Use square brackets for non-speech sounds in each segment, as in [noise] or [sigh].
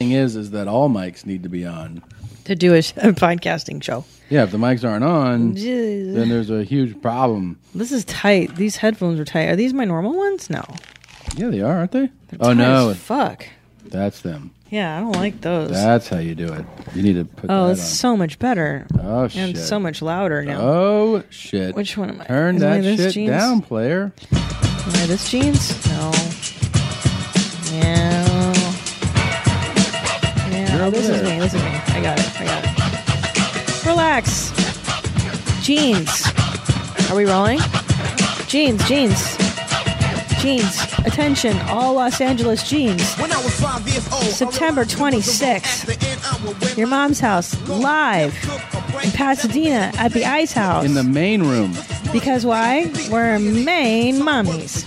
thing is, is that all mics need to be on. to do a sh- a podcasting show. Yeah, if the mics aren't on, Jeez. then there's a huge problem. This is tight. These headphones are tight. Are these my normal ones? No. Yeah, they are, aren't they? They're Oh tight no, as fuck. that's them. Yeah, I don't like those. That's how you do it. You need to put oh, that it's so much better on. Oh and shit. so much louder now. Oh shit. Which one am I- Turn is my that this shit jeans? down, player. Am I this jeans? No. Yeah. You're Yeah. Oh, over This is there. me. This is me. I got it. I got it. Relax. Jeans. Are we rolling? Jeans. Jeans. Jeans. Attention, all Los Angeles jeans. When I was five years old, September 26th, Your mom's house live in Pasadena at the Ice House. In the main room. because why? We're Maine mommies.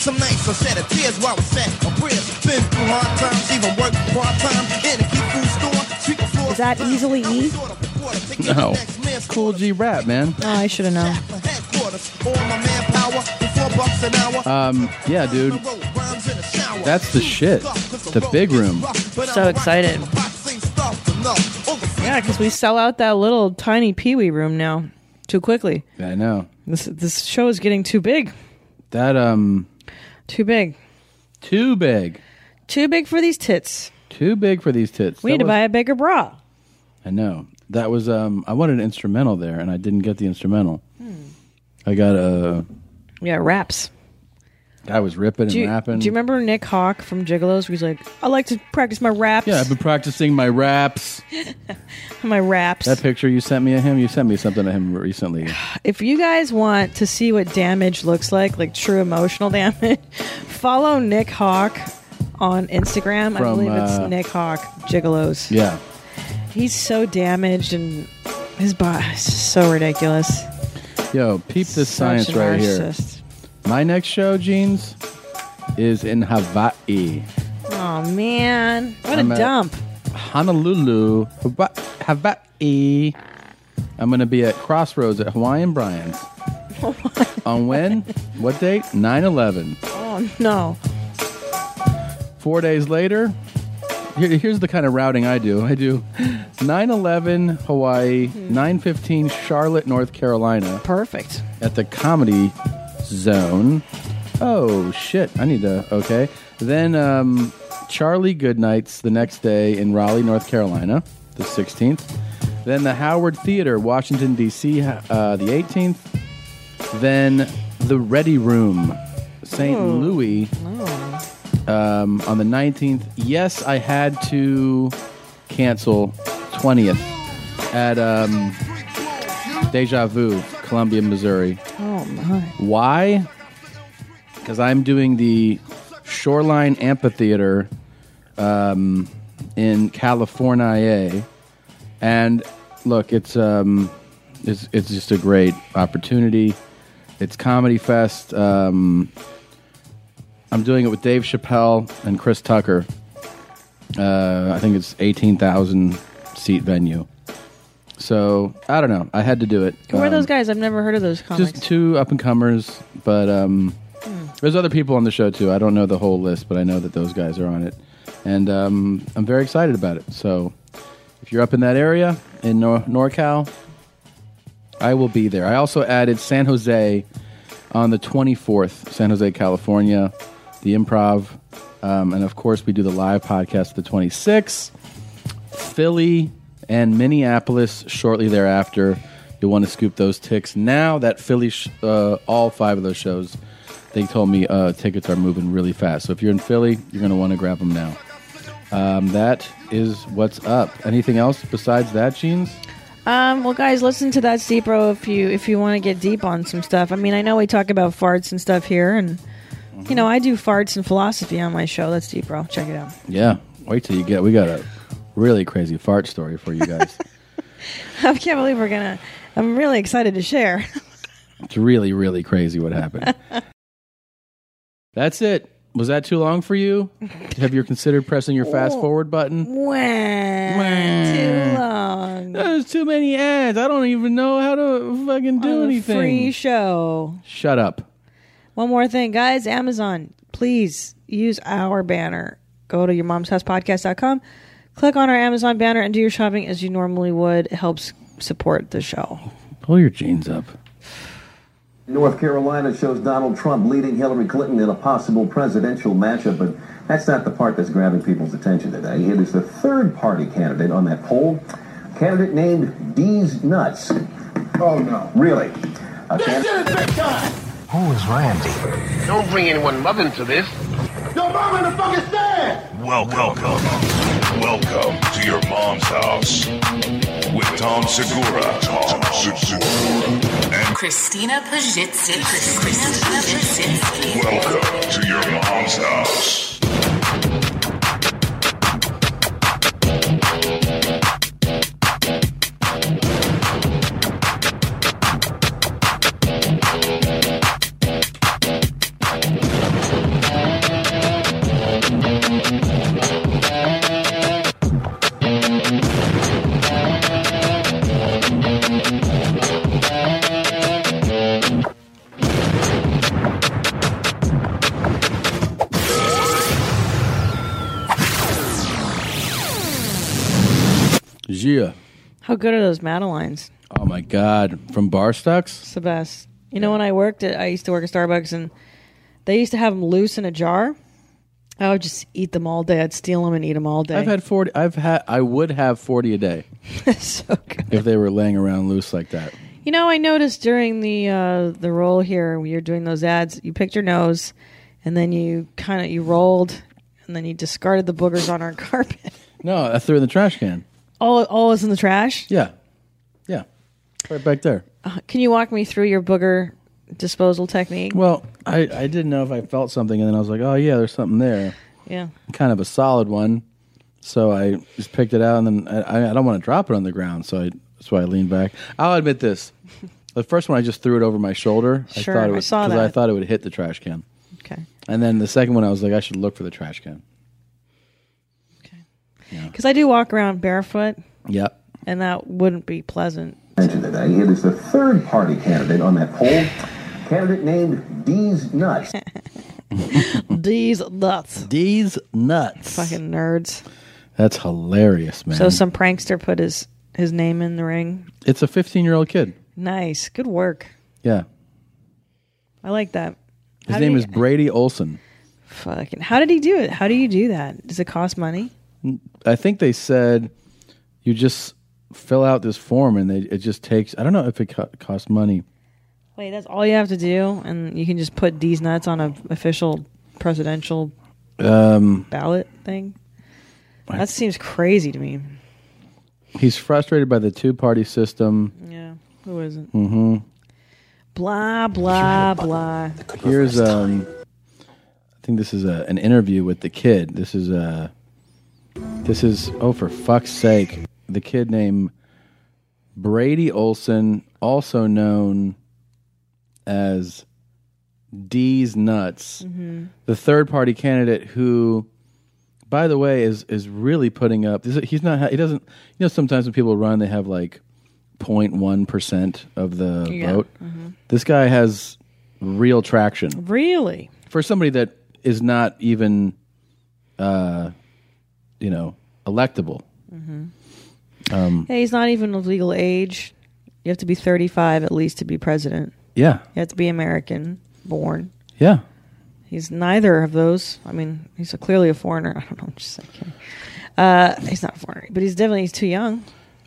Some nights I shed a tears while I sat a prayers. Been through hard times, even work part time in a key food store. Sweep the floor. Is that easily E? No. Cool G rap, man. Oh, I should have known. Um, yeah, dude. That's the shit. The big room. So excited. Yeah, because we sell out that little tiny Pee Wee room now too quickly. I know. This this show is getting too big, That um too big, too big. too big for these tits. Too big for these tits. We That need to was- buy a bigger bra. I know. That was um I wanted an instrumental there and I didn't get the instrumental. Hmm. I got a Yeah, wraps. I was ripping and Do you, do rapping. you remember Nick Hawk from Gigolos? He's like, I like to practice my raps. Yeah, I've been practicing my raps. my raps. That picture you sent me of him, you sent me something of him recently. if you guys want to see what damage looks like, like true emotional [laughs] damage, follow Nick Hawk on Instagram. I From, believe it's uh, Nick Hawk Gigolos. Yeah. He's so damaged and his body is so ridiculous. Yo, peep this Such science a right here. narcissist. My next show, Jeans, is in Hawaii. Oh man, what I'm a at- dump! Honolulu, Hawa- Hawaii. I'm going to be at Crossroads at [laughs] Hawaiian Brian's. On when? What date? 9 11. Oh no, Four days later, here, here's the kind of routing I do. I do 9 11 Hawaii, 9 15 Charlotte, North Carolina. perfect. at the comedy zone. Oh shit! I need to. Okay, then um, Charlie Goodnight's the next day in Raleigh, North Carolina, the sixteenth. Then the Howard Theater, Washington D.C., uh, the eighteenth. Then the Ready Room, St. Louis, Hmm. um, on the nineteenth. Yes, I had to cancel twentieth at um, Deja Vu, Columbia, Missouri. Oh my, Why? Because I'm doing the Shoreline Amphitheater um, in California, and look, it's um, it's it's just a great opportunity. It's comedy fest. Um, I'm doing it with Dave Chappelle and Chris Tucker. Uh, I think it's eighteen thousand seat venue. So I don't know. I had to do it. who are Um, those guys? I've never heard of those comics. just two up and comers, but um, there's other people on the show too. I don't know the whole list, but I know that those guys are on it, and um, I'm very excited about it. So, if you're up in that area in Nor- NorCal, I will be there. I also added San Jose on the 24th, San Jose, California, the Improv, um, and of course we do the live podcast the 26th. Philly and Minneapolis shortly thereafter. You'll want to scoop those ticks now. That Philly, sh- uh, all five of those shows, they told me uh, tickets are moving really fast. So if you're in Philly, you're going to want to grab them now. Um, that is what's up. Anything else besides that, Jeans? Um, well, guys, listen to that deep row if you if you want to get deep on some stuff. I mean, I know we talk about farts and stuff here, and you Mm-hmm. know I do farts and philosophy on my show. That's deep row. Check it out. [laughs] Yeah. Wait till you get. We got a really crazy fart story for you guys. I can't believe we're gonna. I'm really excited to share. it's really, really crazy what happened. That's it. Was that too long for you? Have you considered pressing your fast forward button? Wah, too long. There's too many ads. [laughs] I don't even know how to fucking do On a anything. Free show. Shut up. One more thing, guys. Amazon, please use our banner. Go to your mom's house podcast.com. Click on our Amazon banner and do your shopping as you normally would. It helps support the show. Pull your jeans up. North Carolina shows Donald Trump leading Hillary Clinton in a possible presidential matchup, but that's not the part that's grabbing people's attention today. It is the third party candidate on that poll, a candidate named D's Nuts. Oh, no. Really? A candidate- Who is Randy? Don't bring anyone love into this. Your mom in the fucking stand! Welcome. Welcome to your mom's house with Tom Segura. Tom Segura. And Christina Pajitsky. Christina Pajitsky. welcome to your mom's house. Yeah. How good are those Madelines? Oh my God! From Barstocks. It's the best. You know, when I worked at, I used to work at Starbucks and they used to have them loose in a jar. I would just eat them all day. I'd steal them and eat them all day. I've had forty. I've had. I would have forty a day [laughs] so good. if they were laying around loose like that. You know, I noticed during the uh, the roll here when you're doing those ads, you picked your nose, and then you kind of you rolled, and then you discarded the boogers on our [laughs] carpet. No, I threw it in the trash can. All all is in the trash. Uh, Yeah, yeah, right back there. Can you walk me through your booger disposal technique? Well, I I didn't know if I felt something, and then I was like, oh yeah, there's something there, Yeah. kind of a solid one. So I just picked it out, and then I, I- I don't want to drop it on the ground, so I, that's why I leaned back. I'll admit this: the first one I just threw it over my shoulder. Sure, I, thought it I would, saw 'cause I that. thought it would hit the trash can, Okay. and then the second one I was like, I should look for the trash can. Because I do walk around barefoot, Yep. and that wouldn't be pleasant. attention today. It is the third party candidate on that poll, candidate named D's [laughs] Nuts. These nuts, These nuts. fucking nerds. That's hilarious, man. So some prankster put his his name in the ring. it's a 15 year old kid. Nice, good work. Yeah. I like that. His How do name you- is Brady Olson. Fucking. How did he do it? How do you do that? Does it cost money? I think they said you just fill out this form and they, it just takes, I don't know if it co- costs money. Wait, that's all you have to do, and you can just put these nuts on a official presidential Um, ballot thing. That seems crazy to me. He's frustrated by the two party system. Yeah, who isn't? Mm-hmm. Blah blah blah. Here's, um, I think this is a, an interview with the kid. This is, uh, this is, oh, for fuck's sake. The kid named Brady Olson, also known as D's Nuts, the third party candidate who, by the way, is is really putting up. this- He's not. He doesn't. You know, sometimes when people run, they have like 0.1 percent of the Yeah. vote. This guy has real traction Really? for somebody that is not even, uh, you know, electable. Mm-hmm. um, Hey, he's not even of legal age. You have to be thirty-five at least to be president. Yeah. You have to be American born. Yeah. He's neither of those. I mean, he's a, clearly a foreigner. [laughs] I don't know. I'm just like kidding. Uh, he's not a foreigner, but he's definitely he's too young.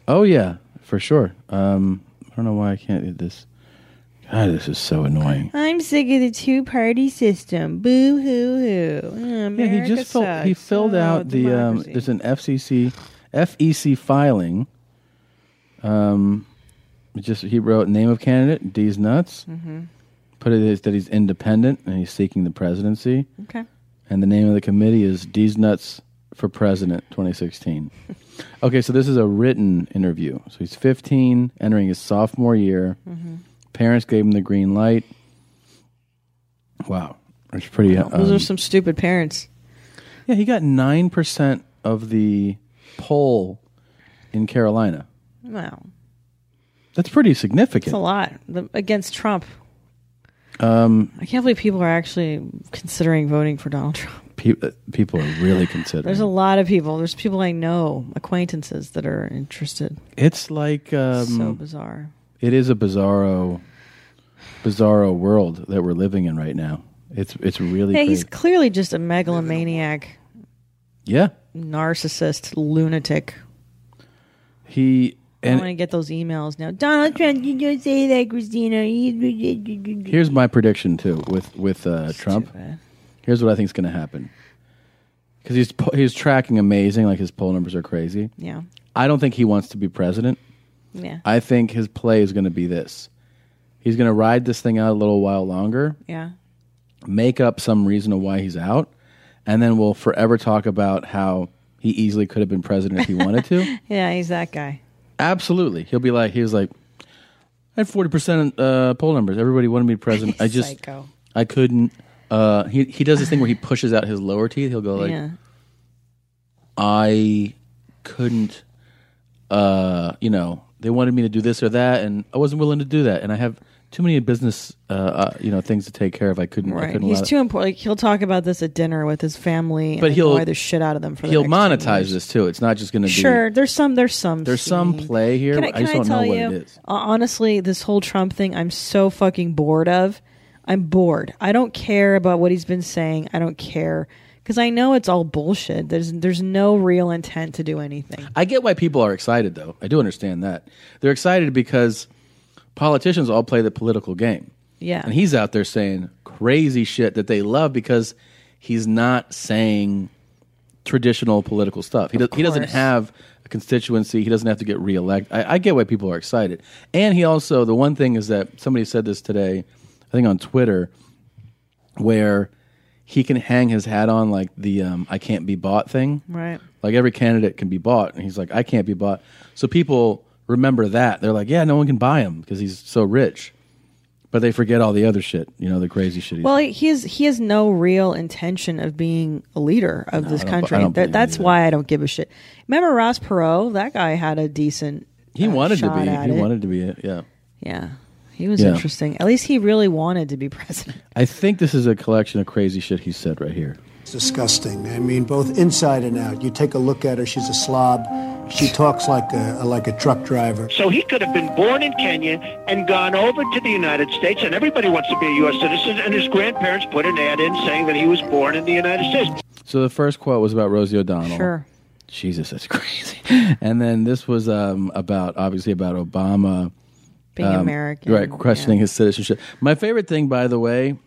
Oh yeah, for sure. Um, I don't know why I can't do this. God, this is so annoying. I'm sick of the two party system. Boo hoo hoo. Yeah, he just filled, he Oh, filled out the um, there's an FCC FEC E filing. Um, it just he wrote name of candidate D's nuts. Mm-hmm. Put it is that he's independent and he's seeking the presidency, okay. and the name of the committee is D's nuts for president [laughs] 2016. okay, so this is a written interview. So he's 15, entering his sophomore year. Mm-hmm. Parents gave him the green light. Wow, that's pretty. Those um, are some stupid parents. yeah, he got nine percent of the poll in Carolina. Wow, That's pretty it's a significant. lot The- against Trump. Um, I can't believe people are actually considering voting for Donald Trump. pe- uh, people are really considering. There's a lot of people. There's people I know, acquaintances that are interested. It's like um, so bizarre. It is a bizarro, bizarro world that we're living in right now. It's it's really Yeah, he's crazy. clearly just a megalomaniac, yeah. narcissist, lunatic. He I want and to get those emails now. Donald Trump, you don't say that, Christina. He's here's my prediction too with with uh, Trump. Here's what I think is going to happen because he's po- he's tracking amazing, like his poll numbers are crazy. Yeah. I don't think he wants to be president. Yeah. I think his play is going to be this. He's going to ride this thing out a little while longer, Yeah. make up some reason of why he's out, and then we'll forever talk about how he easily could have been president if he [laughs] wanted to. Yeah, he's that guy. Absolutely. He'll be like, he was like, I had 40% uh, poll numbers. Everybody wanted me to be president. I just, [laughs] Psycho. I couldn't. Uh, he, he does this thing where he pushes out his lower teeth. He'll go like, yeah. I couldn't, uh, you know, they wanted me to do this or that, and I wasn't willing to do that. And I have too many business, uh, uh, you know, things to take care of. I couldn't. I Right. couldn't He's allow too it. important. Like, he'll talk about this at dinner with his family. But and he'll- annoy the shit out of them for. the He'll next ten monetize years. this too. It's not just going to be Sure, there's some. There's some. There's some seed. play here. Can I I, can just I, don't know tell what you? it is. uh, Honestly, this whole Trump thing, I'm so fucking bored of. I'm bored. I don't care about what he's been saying. I don't care because I know it's all bullshit. There's there's no real intent to do anything. I get why people are excited, though. I do understand that they're excited because politicians all play the political game, Yeah. and he's out there saying crazy shit that they love because he's not saying traditional political stuff. He, does, he doesn't course. have a constituency. He doesn't have to get reelected. I, I get why people are excited, and he also the one thing is that somebody said this today, I think on Twitter, where he can hang his hat on like the um, "I can't be bought" thing. right. Like every candidate can be bought, and he's like, I can't be bought. So people remember that they're like, yeah, no one can buy him because he's so rich, but they forget all the other shit, you know, the crazy shit. He's Well, he has he has no real intention of being a leader of this I don't- country. I don't That- believe that's either. why I don't give a shit. Remember Ross Perot? That guy had a decent. he uh, wanted to shot be, at he it. wanted to be it. Yeah, Yeah, he was Yeah. interesting. At least he really wanted to be [laughs] president. I think this is a collection of crazy shit he said right here. It's disgusting. I mean, both inside and out. You take a look at her; she's a slob. She talks like a like a truck driver. So he could have been born in Kenya and gone over to the United States, and everybody wants to be a U.S. citizen, and his grandparents put an ad in saying that he was born in the United States. So the first quote was about Rosie O'Donnell. Sure. Jesus, that's [laughs] crazy. and then this was um, about obviously about Obama um, Being American, right? Questioning yeah. his citizenship. My favorite thing, by the way,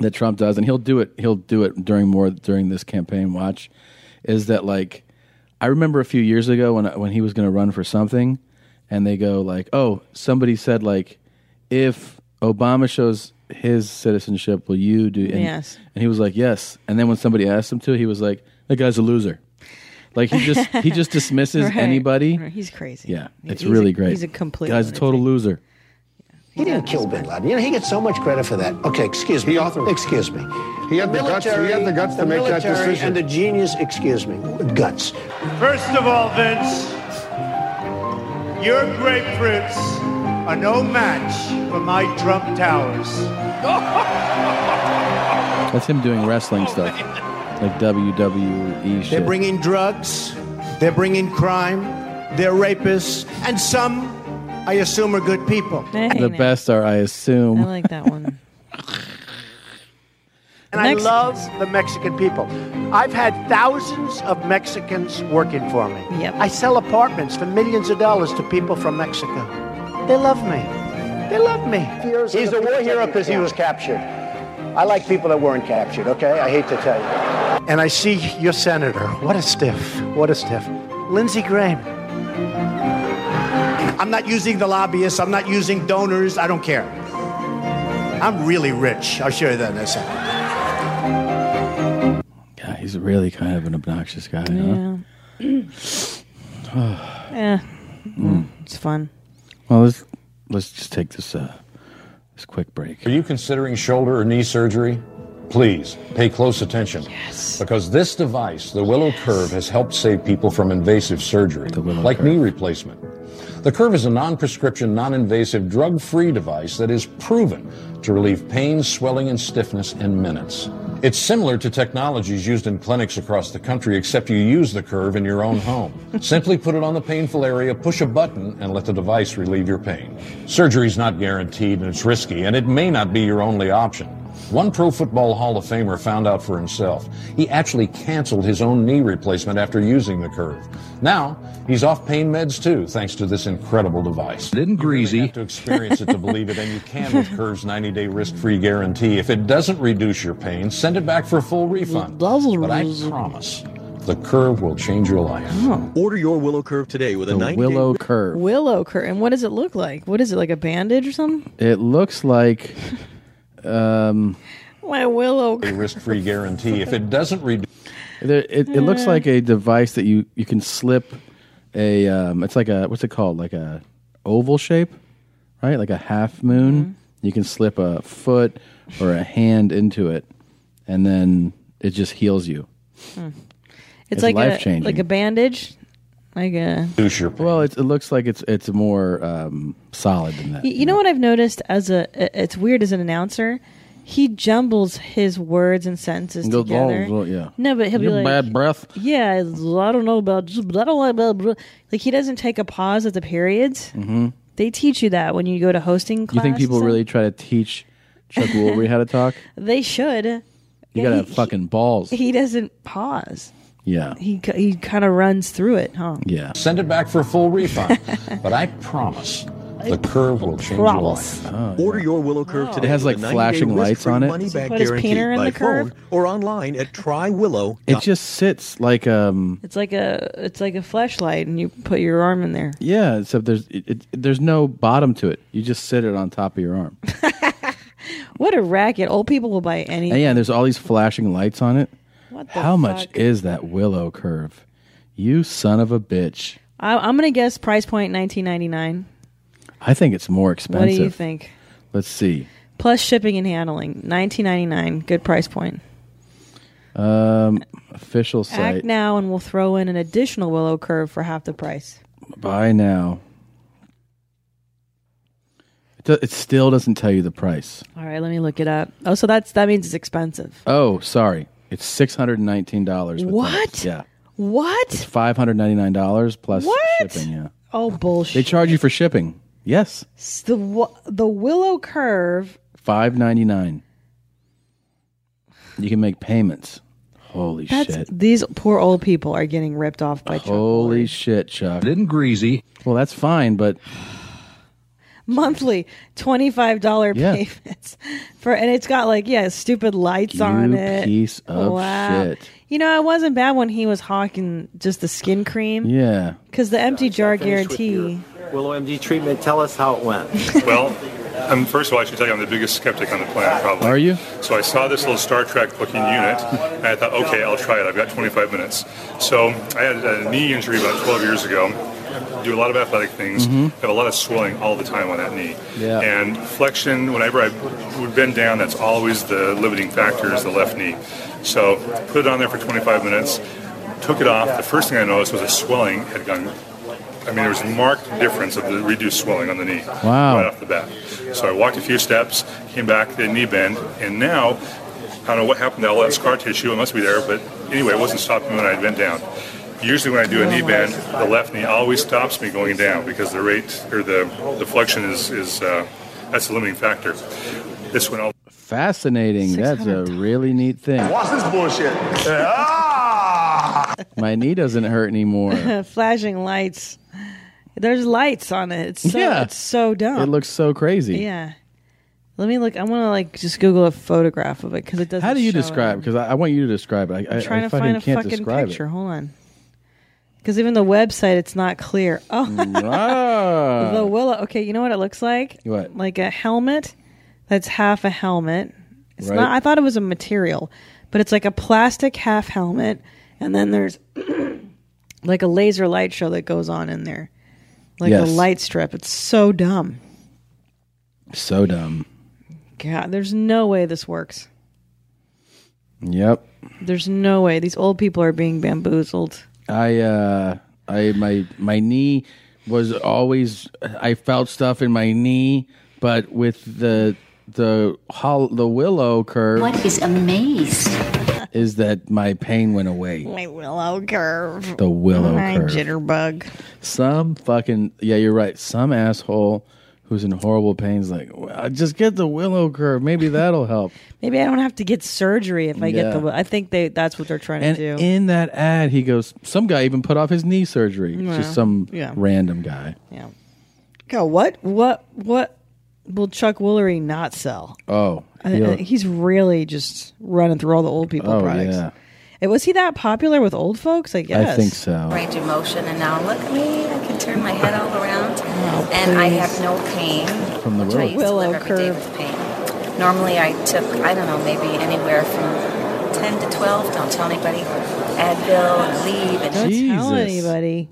that Trump does, and he'll do it. He'll do it during more during this campaign watch, is that like I remember a few years ago when when he was going to run for something, and they go like, "Oh, somebody said like, if Obama shows his citizenship, will you do?" And, Yes. and he was like, "Yes." And then when somebody asked him to, he was like, "That guy's a loser." Like he just he just [laughs] dismisses Right. anybody. Right. He's crazy. Yeah, it's He's really a- great. he's a complete guy's a total loser. He didn't kill Bin Laden. You know, he gets so much credit for that. Okay, excuse me. He authored. Excuse me. He had the guts- he had the guts to make that military decision. And the genius, excuse me, guts. First of all, Vince, your grapefruits are no match for my Trump [laughs] Towers. That's him doing wrestling stuff, like WWE They're shit. bringing drugs, they're bringing crime, they're rapists, and some, I assume, are good people. the best are, I assume. I like that one. And I love the Mexican people. I've had thousands of Mexicans working for me. I sell apartments for millions of dollars to people from Mexico. They love me. They love me. He's a war hero because he was captured. I like people that weren't captured, okay? I hate to tell you. And I see your senator. What a stiff. What a stiff. Lindsey Graham. I'm not using the lobbyists. I'm not using donors. I don't care. I'm really rich. I'll show you that in a second. God, he's really kind of an obnoxious guy. Yeah. [sighs] Huh? yeah. Hmm. Mm, It's fun. well, let's let's just take this uh, this quick break. Are you considering shoulder or knee surgery? Please pay close attention. Yes. Because this device, the Willow Curve, has helped save people from invasive surgery, like knee replacement. The Curve is a non prescription, non invasive, drug free device that is proven to relieve pain, swelling, and stiffness in minutes. It's similar to technologies used in clinics across the country, except you use the curve in your own home. Simply put it on the painful area, push a button, and let the device relieve your pain. Surgery's not guaranteed and it's risky, and it may not be your only option. One Pro Football Hall of Famer found out for himself. He actually canceled his own knee replacement after using the curve. Now, he's off pain meds too, thanks to this incredible device. Didn't greasy. You really have to experience it to believe it, and you can with Curve's 90-day risk-free guarantee. If it doesn't reduce your pain, send it back for a full refund. But I promise, the Curve will change your life. Oh. Order your Willow Curve today with a The 90 Willow Curve. Willow curve. And what does it look like? What is it like a bandage or something? It looks like. Um, My willow. A risk-free guarantee. If it doesn't reduce There, it, it looks like a device that you, you can slip a. Um, it's like a what's it called? Like a oval shape, right? Like a half moon. You can slip a foot or a hand into it, and then it just heals you. Hmm. It's, It's like a life-changing. like a bandage, like a. Well, it, it looks like it's it's more um, solid than that. Y- You know what I've noticed as a i- it's weird as an announcer, he jumbles his words and sentences Goes, "Oh, together. oh, yeah. No, but he'll Your be like bad breath. Yeah, I don't know about I don't like blah, blah. like he doesn't take a pause at the periods. hmm They teach you that when you go to hosting You class. think people and really try to teach Chuck Woolery how to talk? stuff. They should. You gotta have fucking balls. He doesn't pause. yeah. He c- he kind of runs through it, huh? Yeah. Send it back for a full refund. but I promise the curve will change your promise. Oh, life. Order your Willow Curve Wow. today. It has, with like, a 90-day flashing lights risk-free on it. Money Does he back put his guarantee peener in by the curve? phone or online at trywillow. It just sits like um It's like a it's like a flashlight, and you put your arm in there. yeah, except there's it, it, there's no bottom to it. You just sit it on top of your arm. What a racket! Old people will buy anything. And yeah, there's all these flashing lights on it. What the How much fuck? is that willow curve? You son of a bitch. I, I'm gonna guess price point 19.99. I think it's more expensive. What do you think? Let's see. Plus shipping and handling, 19.99. Good price point. Um official site. Act now, and we'll throw in an additional willow curve for half the price. Buy now. It, do- it still doesn't tell you the price. All right, let me look it up. Oh, so that's that means it's expensive. Oh, sorry. It's six hundred and nineteen dollars. What? Yeah. It's What? five hundred ninety nine dollars plus What? shipping. Yeah. Oh bullshit! They charge you for shipping. Yes, S- The wi- the willow curve. five ninety nine. You can make payments. Holy That's shit! Oh, these poor old people are getting ripped off by Holy shit, Chuck! Didn't greasy. Well, that's fine, but [laughs] monthly twenty five dollar Yeah. payments for, and it's got like yeah, stupid lights on You it. piece of shit. You know, it wasn't bad when he was hawking just the skin cream. yeah. Because the empty jar finished with guarantee. Willow MD treatment. Tell us how it went. [laughs] Well, um, first of all, I should tell you I'm the biggest skeptic on the planet, probably. Are you? So I saw this little Star Trek looking unit, and I thought, okay, I'll try it. I've got 25 minutes. So I had a knee injury about 12 years ago. Do a lot of athletic things. Mm-hmm. Mhm. Have a lot of swelling all the time on that knee. Yeah. And flexion, whenever I would bend down, that's always the limiting factor is the left knee. So put it on there for 25 minutes. Took it off. The first thing I noticed was the swelling had gone. I mean, there was a marked difference of the reduced swelling on the knee Wow. right off the bat. So I walked a few steps, came back, did a knee bend, and now I don't know what happened to all that scar tissue. It must be there, but anyway, it wasn't stopping me when I bent down. Usually, when I do a knee bend, the left knee always stops me going down because the rate or the, the flexion is is uh, that's the limiting factor. This one all Fascinating. That's a really neat thing. this bullshit. My knee doesn't [laughs] hurt anymore. Flashing lights. There's lights on it. It's so, Yeah. it's so dumb. It looks so crazy. Yeah. Let me look. I want to like just Google a photograph of it because it doesn't. How do you show it. describe? Because I, I want you to describe it. I, I'm I, trying I to fucking find a can't fucking describe picture. Hold on. Because even the website, it's not clear. [laughs] Oh, it. [laughs] Ah. [laughs] the willow. Okay, you know what it looks like? What? Like a helmet that's half a helmet. It's Right. not. I thought it was a material, but it's like a plastic half helmet, and then there's [clears throat] like a laser light show that goes on in there, like Yes. a light strip. It's so dumb. So dumb. God, there's no way this works. Yep. There's no way these old people are being bamboozled. I uh I my my knee was always I felt stuff in my knee, but with the the hol- the willow curve. What is amazed? is that my pain went away? My willow curve. The willow My curve. jitterbug. Some fucking yeah, you're right. Some asshole who's in horrible pain's like, well, just get the willow [laughs] curve. Maybe that'll help. Maybe I don't have to get surgery if I Yeah. get the. I think they. That's what they're trying And to do. in that ad, he goes, some guy even put off his knee surgery. It's Wow. Just some Yeah. random guy. yeah. Go. What? What? What? Will Chuck Woolery not sell? Oh, I- he'll- I- he's really just running through all the old people Oh, products. yeah. And was he that popular with old folks? I guess. think so. Range of motion, and now look at me. I can turn my head all around, Oh, and I please. have no pain. From the which I willow. used to live every day with pain. Normally, I took I don't know maybe anywhere from ten to twelve. Don't tell anybody. Advil, and leave, and Don't tell anybody.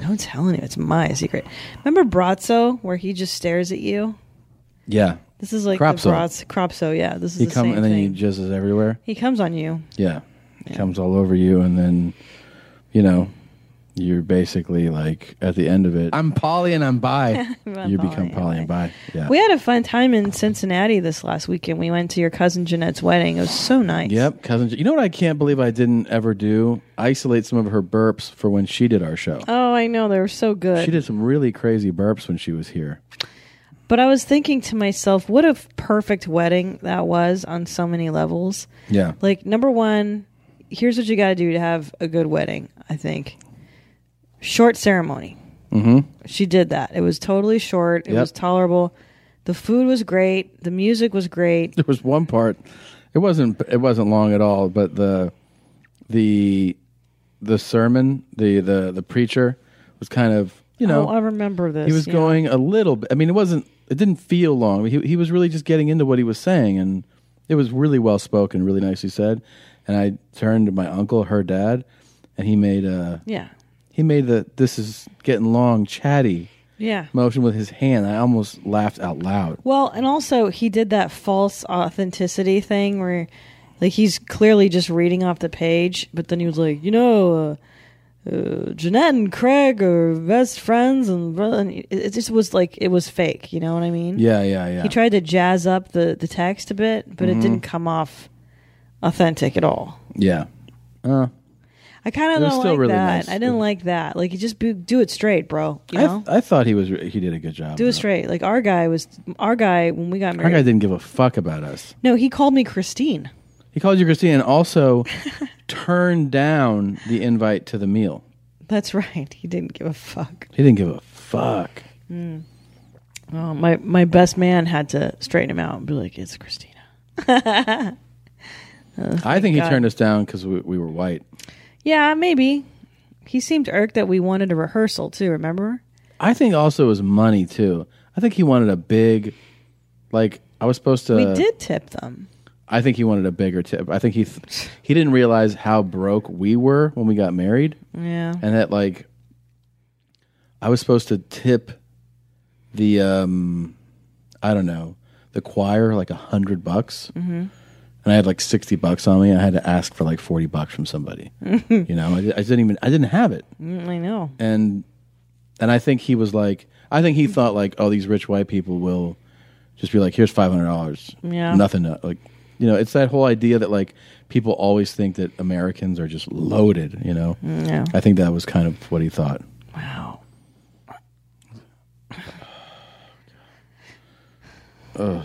Don't tell anyone. It's my secret. Remember Brazzo, where he just stares at you? Yeah. This is like Cropso. the Brazzo. Cropso, yeah. This is He the come same and then thing. he jizzes everywhere. He comes on you. Yeah. He comes all over you and then you know, you're basically like at the end of it. I'm poly and I'm [laughs] bi. [laughs] I'm you become poly and bi. Yeah. We had a fun time in Cincinnati this last weekend. We went to your cousin Jeanette's wedding. It was so nice. Yep, cousin. You know what I can't believe I didn't ever do? Isolate some of her burps for when she did our show. Oh, I know. They were so good. She did some really crazy burps when she was here. But I was thinking to myself, what a f- perfect wedding that was on so many levels. Yeah. Like, number one, here's what you got to do to have a good wedding, I think short ceremony. Mm-hmm. She did that. It was totally short, it Yep. was tolerable. The food was great, the music was great. [laughs] There was one part. It wasn't. It wasn't long at all. But the the the sermon, the the the preacher was kind of you know oh, I remember this. he was yeah. going a little. bit. I mean, it wasn't. It didn't feel long. He he was really just getting into what he was saying, and it was really well spoken, really nicely said. And I turned to my uncle, her dad, and he made a Yeah. he made the this is getting long chatty Yeah. motion with his hand. I almost laughed out loud. Well, and also he did that false authenticity thing where, like, he's clearly just reading off the page, but then he was like, you know, uh, uh, Jeanette and Craig are best friends, and, blah- and it, it just was like it was fake. You know what I mean? Yeah, yeah, yeah. He tried to jazz up the the text a bit, but Mhm. it didn't come off authentic at all. Yeah. Uh, I kind It of was don't still like really that. nice. I didn't like that. Like, you just be, do it straight, bro. You I, know, I thought he was re- he did a good job. do it straight. Like our guy was our guy when we got Our married. guy didn't give a fuck about us. No, he called me Christine. He called you Christine and [laughs] also turned down the invite to the meal. That's [laughs] right. He didn't give a fuck. He didn't give a fuck. Mm. Oh, my my best man had to straighten him out and be like, "It's Christina." Uh, I Oh, thank think he God. turned us down because we, we were white. Yeah, maybe. He seemed irked that we wanted a rehearsal too. Remember? I think also it was money too. I think he wanted a big, like I was supposed to. we did tip them. I think he wanted a bigger tip. I think he th- he didn't realize how broke we were when we got married. Yeah. and that like I was supposed to tip the um I don't know the choir like a hundred bucks, Mhm. and I had like sixty bucks on me. I had to ask for like forty bucks from [laughs] somebody. you know, I, di- I didn't even I didn't have it, Mm, I know. and and I think he was like I think he thought like oh these rich white people will just be like here's five hundred dollars Yeah. nothing to, like you know it's that whole idea that like people always think that Americans are just loaded you know Mm, Yeah. I think that was kind of what he thought. Wow. Ugh.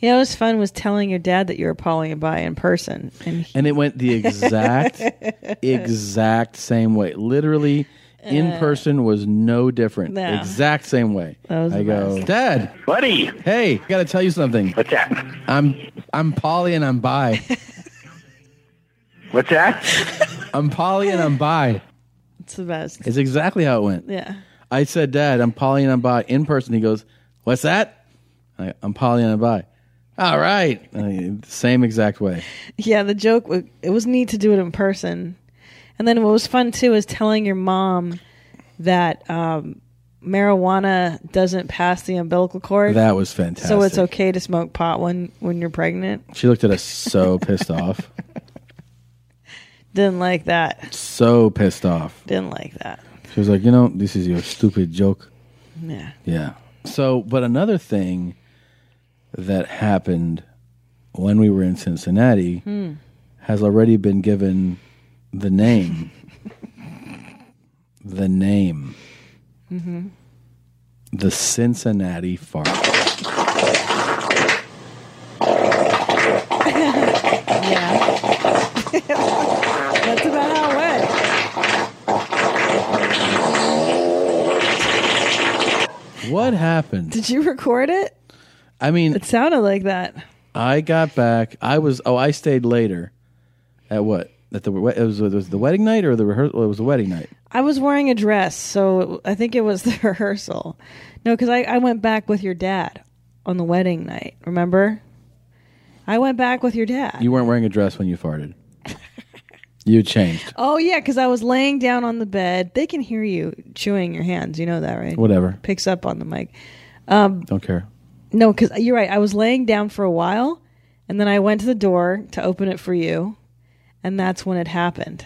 You know, what's fun was telling your dad that you were poly and bi in person, and he- and it went [laughs] the exact exact same way literally in Uh, person was no different no. exact same way i go dad buddy hey gotta tell you something what's that i'm i'm poly and i'm bi what's that i'm poly and i'm bi it's the best. it's exactly how it went Yeah. I said, Dad, I'm poly and I'm bi in person. He goes, What's that? I, I'm poly and I'm bi. All right. And I- same exact way. Yeah, the joke wa- it was neat to do it in person, and then what was fun too is telling your mom that um, marijuana doesn't pass the umbilical cord. That was fantastic. So it's okay to smoke pot when when you're pregnant. She looked at us so pissed off. Didn't like that. So pissed off. Didn't like that. She was like, You know, this is your stupid joke. Yeah. Yeah. So, but another thing that happened when we were in Cincinnati Hmm. has already been given the name. the name. hmm The Cincinnati [laughs] Fart. That's about how it went. What happened? Did you record it? I mean, It sounded like that. I got back. I was oh, I stayed later. At what? At the we- it was, it was the wedding night or the rehearsal? It was the wedding night. I was wearing a dress, so it, I think it was [laughs] the rehearsal. No, because I, I went back with your dad on the wedding night. Remember? I went back with your dad. You weren't wearing a dress when [laughs] you farted. you changed. Oh yeah, because I was laying down on the bed. They can hear you chewing your hands. You know that, right? Whatever. Picks up on the mic. Um, Don't care. no, because you're right. I was laying down for a while, and then I went to the door to open it for you, and that's when it happened.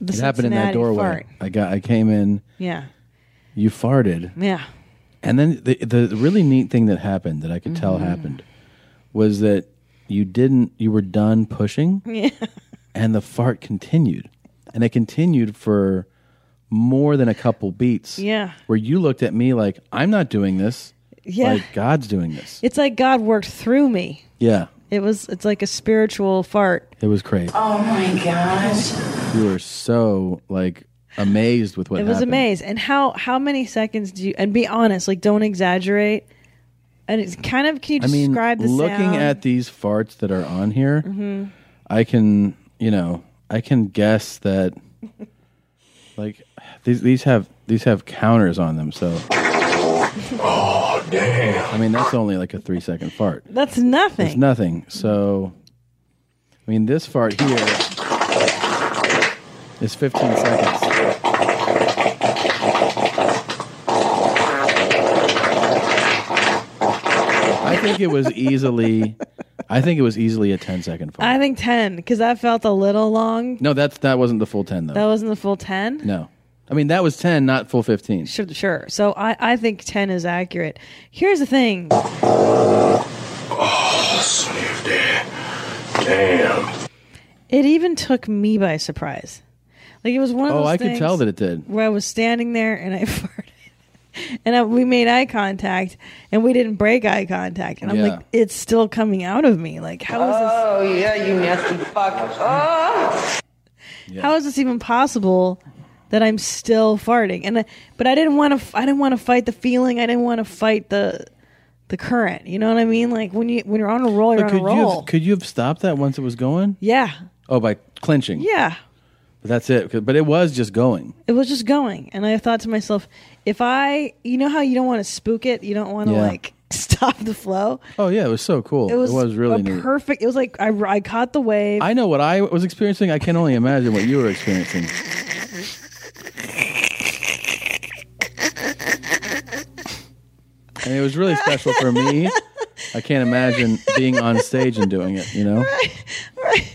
The it happened in that Cincinnati doorway. fart. I got. I came in. Yeah, You farted, yeah. [laughs] and then the the really neat thing that happened that I could tell Mhm. happened was that you didn't. You were done pushing. Yeah. and the fart continued and it continued for more than a couple beats Yeah. where you looked at me like i'm not doing this Yeah. like god's doing this It's like God worked through me. yeah It was it's like a spiritual fart. it was crazy Oh my gosh. you were so like amazed with what it was happened. amazing. And how how many seconds do you and be honest, like don't exaggerate. And it's kind of can you i mean describe the looking sound? at these farts that are on here Mhm. i can you know i can guess [laughs] that like these these have these have counters on them so oh damn i mean that's only like a three second fart [laughs] That's nothing. Mm-hmm. It's nothing. So, I mean, this fart here is 15 seconds. I think it was easily, I think it was easily a 10 second fall. I think 10 because that felt a little long. No, that's that wasn't the full 10 though. That wasn't the full 10. no. I mean, that was 10, not full 15. Sure, sure. So I, I think 10 is accurate. Here's the thing. Oh, safety. Damn. It even took me by surprise. Like it was one of Oh, those I could things tell that it did. where I was standing there and I [laughs] farted. And I, we made eye contact and we didn't break eye contact. And I'm Yeah. like, it's still coming out of me. Like, how is this? Oh, yeah, you nasty fuck. Oh. How is this even possible that I'm still farting? And I, but I didn't want to. I didn't want to fight the feeling. I didn't want to fight the the current. You know what I mean? Like when you when you're on a roll, you're on But a could you roll. have, could you have stopped that once it was going? yeah, Oh, by clinching. yeah. But that's it. 'Cause- But it was just going. It was just going, and I thought to myself, if I, you know how you don't want to spook it, you don't want to Yeah. like [laughs] stop the flow. Oh yeah, it was so cool. It was, really a neat. perfect. It was like I, I caught the wave. I know what I was experiencing. I can only imagine what you were experiencing. And it was really special for me. I can't imagine being on stage and doing it, you know? right,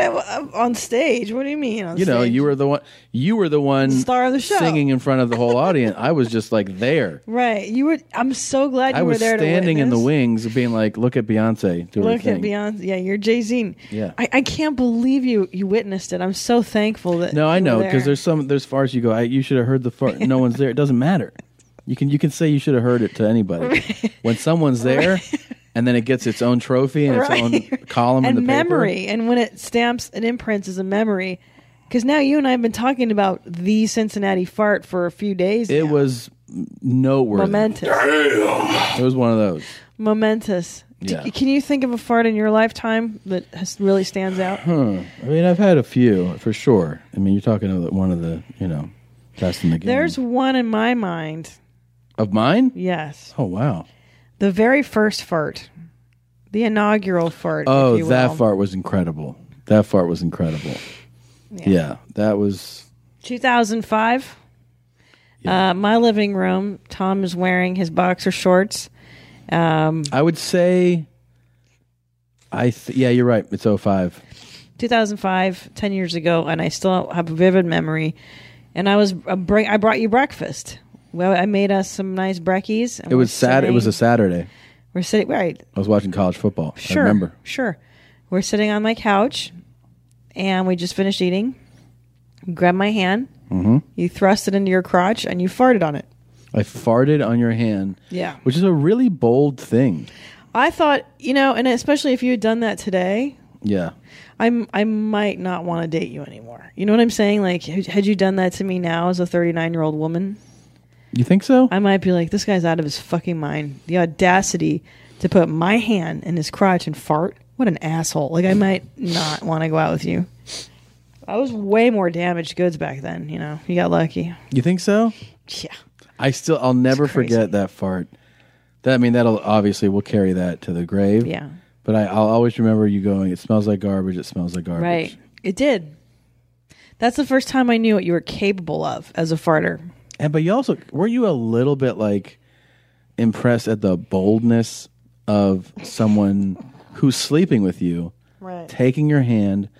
I'm, I'm on stage. What do you mean? On You know, stage? you were the one you were the one Star of the show. singing in front of the whole audience. I was just like there. Right, you were. I'm so glad you I was were there. standing to in the witness. wings being like, look at Beyonce do her Look at thing." Beyonce. Yeah, you're Jay Z. Yeah. I, I can't believe you you witnessed it. I'm so thankful that. No, I you were know because there. there's some there's farts you go. I, you should have heard the fart. No one's there. It doesn't matter. You can you can say you should have heard it to anybody. When someone's there, and then it gets its own trophy and Right. its own column in and the memory, paper. and when it stamps and imprints as a memory, because now you and I have been talking about the Cincinnati fart for a few days. It was noteworthy. Momentous. It was one of those. Momentous. Do- Yeah. can you think of a fart in your lifetime that has, really stands out? Huh. I mean, I've had a few for sure. I mean, you're talking about one of the you know best in the game. There's one in my mind. of mine. Yes, Oh wow. the very first fart, the inaugural fart. if Oh, you that will. fart was incredible. That fart was incredible. Yeah, that was. 2005. Uh, my living room. Tom is wearing his boxer shorts. Um, I would say. I th- yeah, you're right. It's 05. 2005, 10 years ago, and I still have a vivid memory. And I was I bring, I brought you breakfast. Well, I made us some nice brekkies. and It we're was sad. It was a sitting- Saturday. We're sitting right. I was watching college football. Sure. I remember. Sure. We're sitting on my couch, and we just finished eating. You grabbed my hand. hmm You thrust it into your crotch, and you farted on it. I farted on your hand. Yeah. Which is a really bold thing. I thought, you know, and especially if you had done that today, Yeah. I'm I might not want to date you anymore. You know what I'm saying? Like, had had you done that to me now as a 39 year old woman, you think so? I might be like, this guy's out of his fucking mind. The audacity to put my hand in his crotch and fart. What an asshole! Like, I might not want to go out with you. I was way more damaged goods back then. You know, you got lucky. You think so? Yeah. I still. I'll never forget that fart. That I mean, that'll obviously we'll carry that to the grave. Yeah. But I, I'll always remember you going. It smells like garbage. It smells like garbage. Right. It did. That's the first time I knew what you were capable of as a farter. And but you also were you a little bit like impressed at the boldness of someone who's sleeping with you, Right. taking your hand,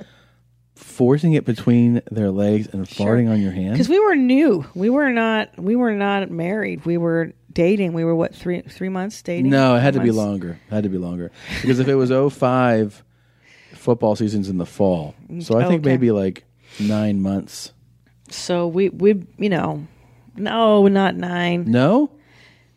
forcing it between their legs, and farting on your hand. because we were new we were not we were not married we were dating we were what three three months dating No, it had to Four be months. longer. It had to be longer because if it was 05, football season's in the fall, so I Oh, think okay. maybe like nine months. so we we you know no not nine No,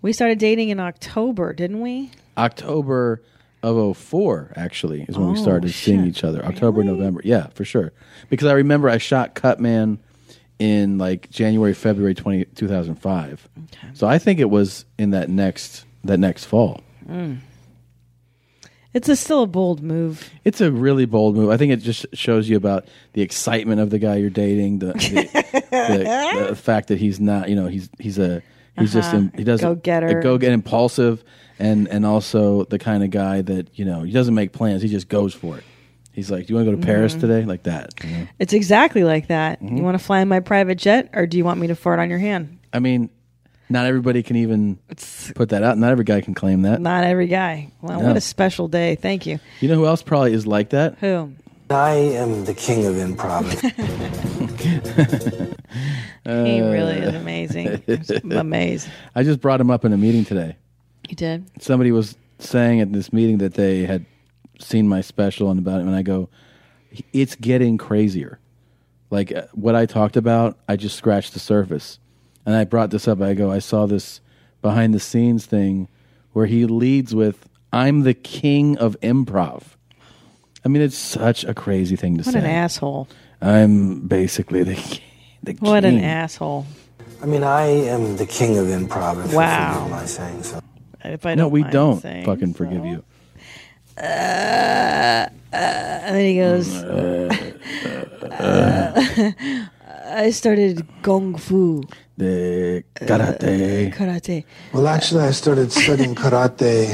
we started dating in october didn't we October of 04 actually is when we Oh, started seeing each other october november yeah for sure because i remember i shot cutman in like january february 20, 2005 so i think it was in that next that next fall Mm. it's a, still a bold move it's a really bold move i think it just shows you about the excitement of the guy you're dating the the, [laughs] the, the fact that he's not you know he's he's a he's just Uh-huh. in, he doesn't Go-getter. go get impulsive and and also the kind of guy that you know he doesn't make plans he just goes for it he's like do you want to go to paris Mhm. today like that you know? it's exactly like that Mhm. you want to fly in my private jet or do you want me to fart on your hand i mean Not everybody can even put that out. Not every guy can claim that. Not every guy. Well, Uh, No. what a special day. Thank you. You know who else probably is like that? Who? I am the king of [laughs] improv. He really [laughs] is amazing. I'm amazed. I just brought him up in a meeting today. You did? Somebody was saying at this meeting that they had seen my special and about it, and I go, "It's getting crazier." Like uh, what I talked about, I just scratched the surface, and I brought this up. I go, "I saw this behind the scenes thing where he leads with." I'm the king of improv. I mean, it's such a crazy thing to What say. an asshole. I'm basically [laughs] the king. The What an king. asshole. I mean, I am the king of improv. If Wow. You don't mind saying so. If I no, don't we mind don't saying fucking forgive you. Uh, and then he goes, Mm, uh, uh, [laughs] I started Kung Fu Uh, The karate. karate. Well, actually, I started studying [laughs] karate.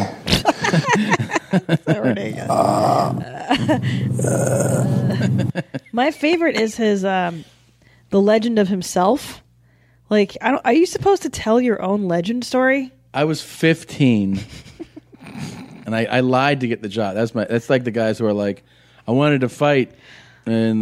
Uh, Uh, [laughs] My favorite is his, um, The Legend of Himself. Like, I don't, are you supposed to tell your own legend story? I was 15, and I, I lied to get the job. That's my. That's like the guys who are like, I wanted to fight in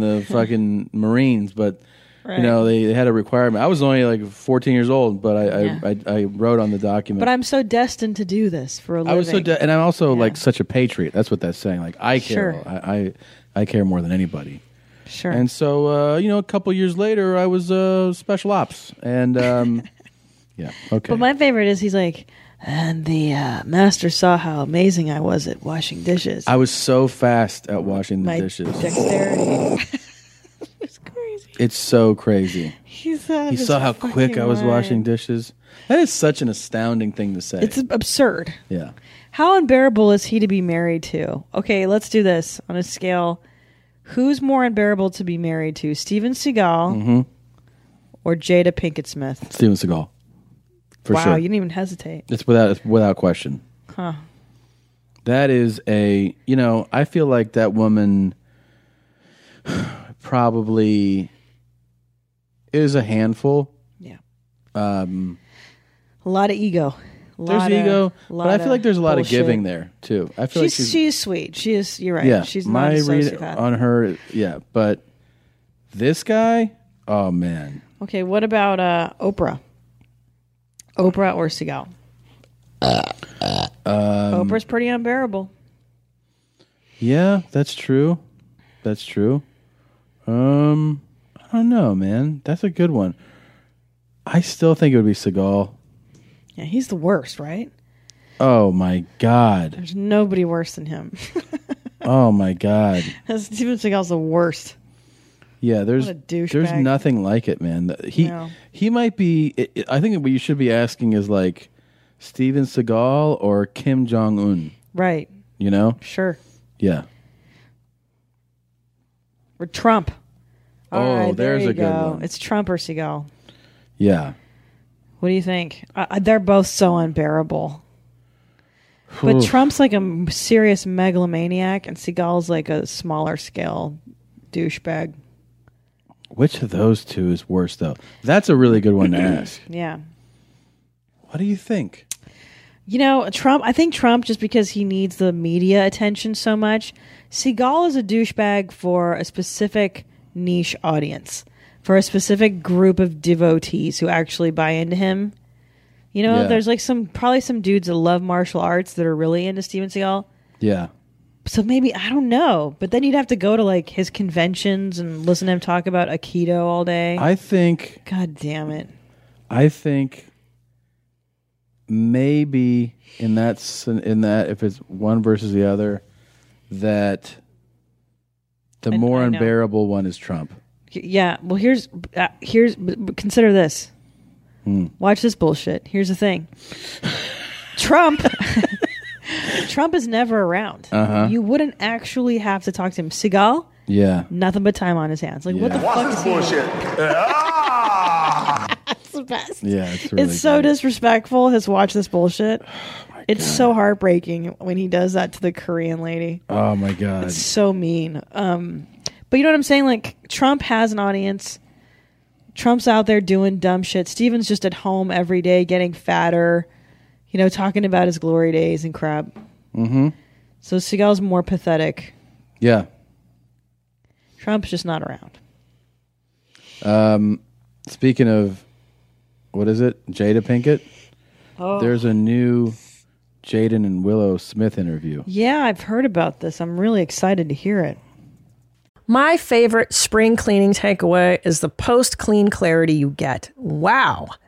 [laughs] the fucking Marines, but Right. you know they, they had a requirement. I was only like 14 years old, but I Yeah. I, I, I wrote on the document. But I'm so destined to do this for a living. I was so, de- and I'm also like such a patriot. That's what that's saying. Like I care. Sure. I, I I care more than anybody. Sure. And so uh, you know, a couple years later, I was uh, special ops, [laughs] and um, yeah, okay. But my favorite is he's like, and the uh, master saw how amazing I was at washing dishes. I was so fast at washing the My dishes. [laughs] dexterity. It's so crazy. He's, uh, You this saw how quick fucking I was lion. washing dishes. That is such an astounding thing to say. It's absurd. yeah. How unbearable is he to be married to? Okay, let's do this on a scale. Who's more unbearable to be married to, Steven Seagal hmm or Jada Pinkett Smith? Steven Seagal. For wow, sure. you didn't even hesitate. it's without it's without question. Huh. That is a you know I feel like that woman [sighs] probably is a handful. Yeah. Um, A lot of ego. A there's lot of- ego, but lot I feel like there's a lot bullshit. of giving there too. I feel she's, like she's, she's sweet. She is. You're right. Yeah, she's my not a read uh, sociopath. on her. Yeah, but this guy, oh man, Okay, what about uh, Oprah? Oprah or Seagal? Um, Oprah's pretty unbearable. Yeah, that's true. That's true. Um, I don't know, man. That's a good one. I still think it would be Seagal. Yeah, he's the worst, right? Oh my god. There's nobody worse than him. [laughs] Oh my god. Steven Seagal's the worst. Yeah, there's What a douchebag. there's nothing like it, man. The- He No. he might be. i i- I think what you should be asking is like Steven Seagal or Kim Jong Un. Right. You know? Sure. Yeah. Or Trump. All Oh, right, there there's you a good go. one. It's Trump or Seagal. Yeah. What do you think? Uh, uh, they're both so unbearable. But Oof. Trump's like a m- serious megalomaniac, and Seagal's like a smaller scale douchebag. Which of those two is worse, though? That's a really [clears throat] good one to ask. Yeah. What do you think? You know, Trump, I think Trump, just because he needs the media attention so much, Seagal is a douchebag for a specific niche audience, for a specific group of devotees who actually buy into him. You know, Yeah. there's like some, probably some dudes that love martial arts that are really into Steven Seagal. Yeah. So maybe, I don't know. But then you'd have to go to like his conventions and listen to him talk about Aikido all day. I think God damn it. I think maybe in that s- in that if it's one versus the other, that the more I know. unbearable one is Trump. Yeah. Well, here's uh, here's b- b- consider this. Hmm. Watch this bullshit. Here's the thing. Trump. [laughs] Trump is never around. Uh-huh. You wouldn't actually have to talk to him. Seagal, Yeah. nothing but time on his hands. Like what the Yeah. fuck? Watch this bullshit. [laughs] Ah! It's the best. Yeah, it's it's so disrespectful. His watch this [sighs] bullshit. Oh it's so heartbreaking when he does that to the Korean lady. Oh my god. It's so mean. Um, but you know what I'm saying? Like Trump has an audience. Trump's out there doing dumb shit. Steven's just at home every day getting fatter, you know, talking about his glory days and crap. Mm-hmm. So Seagal's more pathetic. Yeah. Trump's just not around. Um, speaking of, what is it? Jada Pinkett. Oh. There's a new Jaden and Willow Smith interview. Yeah, I've heard about this. I'm really excited to hear it. My favorite spring cleaning takeaway is the post clean clarity you get. Wow.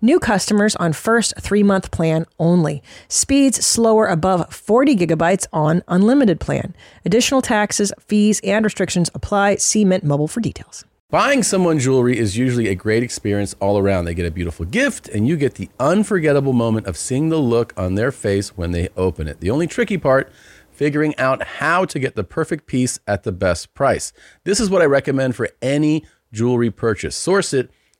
New customers on first three month plan only. Speeds slower above 40 gigabytes on unlimited plan. Additional taxes, fees, and restrictions apply. See Mint Mobile for details. Buying someone jewelry is usually a great experience all around. They get a beautiful gift, and you get the unforgettable moment of seeing the look on their face when they open it. The only tricky part, figuring out how to get the perfect piece at the best price. This is what I recommend for any jewelry purchase. Source it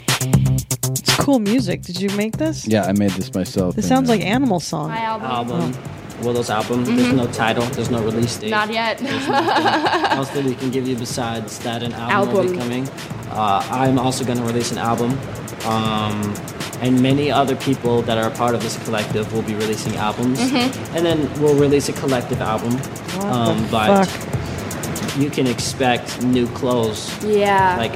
It's cool music. Did you make this? Yeah, I made this myself. This and, sounds uh, like Oh. Mm-hmm. Animal Song. My album. Willow's album. There's Mhm. no title. There's no release date. Not yet. [laughs] What else that we can give you besides that an album, will be Album. coming. Uh, I'm also going to release an album, um, and many other people that are a part of this collective will be releasing albums, Mhm. and then we'll release a collective album. um, What the but you can expect new clothes. Yeah. Like,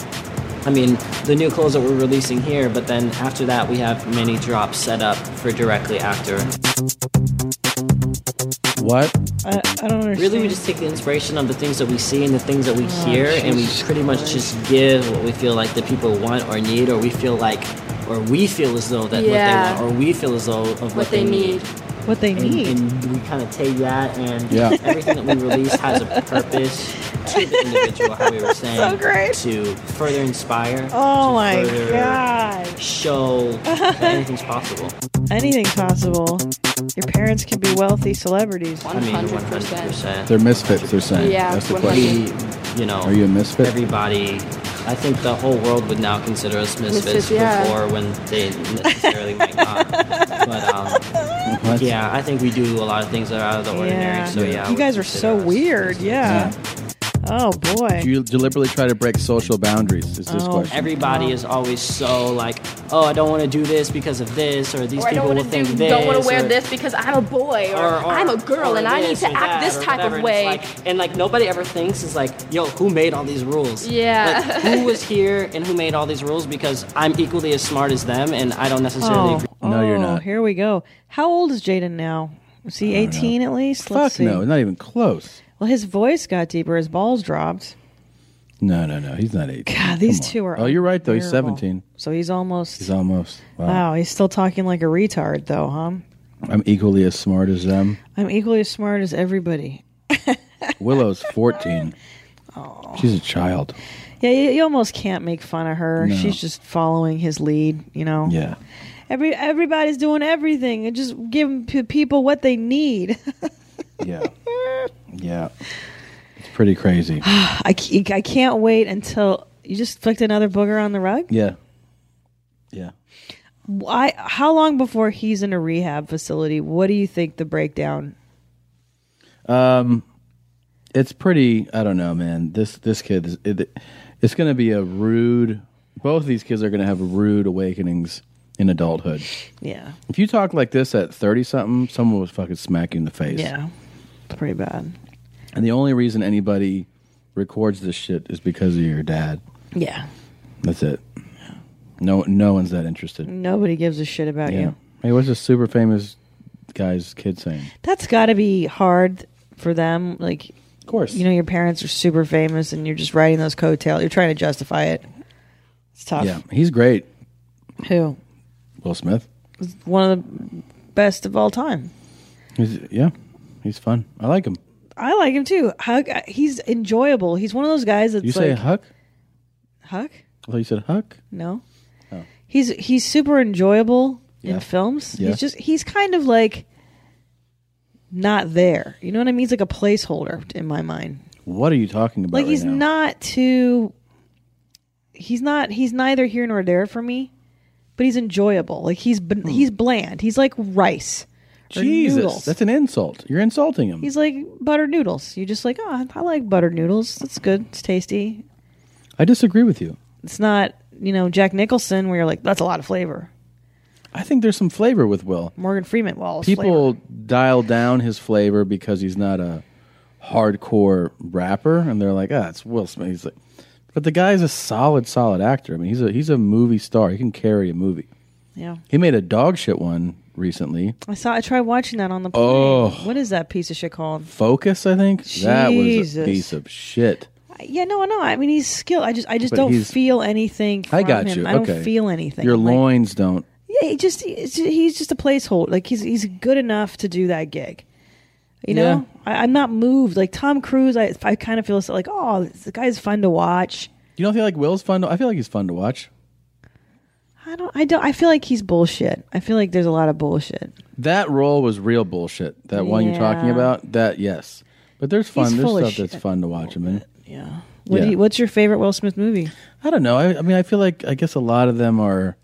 I mean, the new clothes that we're releasing here, but then after that we have many drops set up for directly after. What? I, I don't understand. Really, we just take the inspiration of the things that we see and the things that we Oh, hear, and we Jesus pretty much just give what we feel like the people want or need, or we feel like, or we feel as though that Yeah. what they want, or we feel as though of what, they, need. What they And- need. [laughs] And, we kind of take that, and Yeah. everything that we release has [laughs] a purpose to the individual, how we were saying, So great. to further inspire, Oh to my further God. [laughs] show that anything's possible. Anything's possible. Your parents can be wealthy celebrities. I mean, 100%. They're misfits, they're saying. Yeah, That's the 100. question. you know, Are you a misfit? everybody. I think the whole world would now consider us misfits, Misfits, yeah. before when they necessarily [laughs] might not. But um, What? yeah, I think we do a lot of things that are out of the ordinary. So yeah, you guys are so weird. Yeah. Oh boy. Do you deliberately try to break social boundaries? Is this Oh. question? everybody is always so like, oh, I don't want to do this because of this, or these or I don't people will want to think do, this. don't want to wear or- this because I'm a boy or, Or- or- I'm a girl or and I need this to or act that this or type of whatever, and way. it's like- and like nobody ever thinks is like, yo, who made all these rules? Yeah. Like, [laughs] who was here and who made all these rules? Because I'm equally as smart as them, and I don't necessarily Oh, agree. oh, Here we go. How old is Jaden now? Is he 18 at least? Let's Fuck see. no, not even close. Well, his voice got deeper. His balls dropped. No, no, no. He's not 18. God, these Come on. two are. Oh, you're right, though. He's unbearable. 17. So he's almost. He's almost. Wow. Wow, he's still talking like a retard, though, huh? I'm equally as [laughs] smart as them. I'm equally as smart as everybody. Willow's 14. She's a child. Yeah, you, you almost can't make fun of her. No. She's just following his lead, you know. Yeah. Every everybody's doing everything and just giving p- people what they need. [laughs] Yeah. yeah. It's [sighs] pretty crazy. I, c- I can't wait until you just flicked another booger on the rug. Yeah. Yeah. Why? How long before he's in a rehab facility? What do you think the breakdown? Um, it's pretty. I don't know, man. This this kid is. It, it's going to be a rude. Both of these kids are going to have rude awakenings in adulthood. Yeah. If you talk like this at thirty something, someone was fucking smack you in the face. Yeah. It's pretty bad. And the only reason anybody records this shit is because of your dad. Yeah. That's it. No, no one's that interested. Nobody gives a shit about you. Hey, what's this super famous guy's kid saying? That's got to be hard for them. Like, of course, you know your parents are super famous, and you're just riding those coattails. You're trying to justify it. It's tough. Yeah, he's great. Who? Will Smith. He's One of the best of all time. He's, yeah, he's fun. I like him. I like him too. Huck, he's enjoyable. He's one of those guys that's you say like Huck? Huck? I thought you said Huck. No. Oh. He's he's super enjoyable Yeah. in films. Yeah. He's just he's kind of like not there. You know what I mean? He's like a placeholder in my mind. What are you talking about? like right he's now? not too he's not he's neither here nor there for me, but he's enjoyable. Like he's ben- he's bland. He's like rice. or Hmm. Jesus, noodles. that's an insult. You're insulting him. He's like buttered noodles. You just like, oh, I like buttered noodles. That's good. It's tasty. I disagree with you. It's not, you know, Jack Nicholson where you're like, that's a lot of flavor. I think there's some flavor with Will. Morgan Freeman, well, it's flavor. People dial down his flavor because he's not a hardcore rapper, and they're like, ah, it's Will Smith. He's like, but the guy's a solid, solid actor. I mean, he's a he's a movie star. He can carry a movie. Yeah, He made a dog shit one recently. I saw. I tried watching that on the. Plane. Oh. what is that piece of shit called? Focus, I think that was a Jesus. piece of shit. Yeah, no, no. I mean, he's skilled. I just, I just But don't he's- feel anything. From I got him. you. I don't okay. feel anything. Your I'm like, loins don't. yeah, he just, he's ju- he's just a placeholder. Like he's, he's good enough to do that gig. You Yeah. know, I, I'm not moved. Like Tom Cruise, I, I kind of feel so like, oh, the guy's fun to watch. You don't feel like Will's fun? To, I feel like he's fun to watch. I don't, I don't, I feel like he's bullshit. I feel like there's a lot of bullshit. That role was real bullshit. That one you're talking Yeah. about. That yes, but there's fun. He's there's full of stuff that's shit. fun to watch him in. Yeah. What do Yeah. you, what's your favorite Will Smith movie? I don't know. I, I mean, I feel like I guess a lot of them are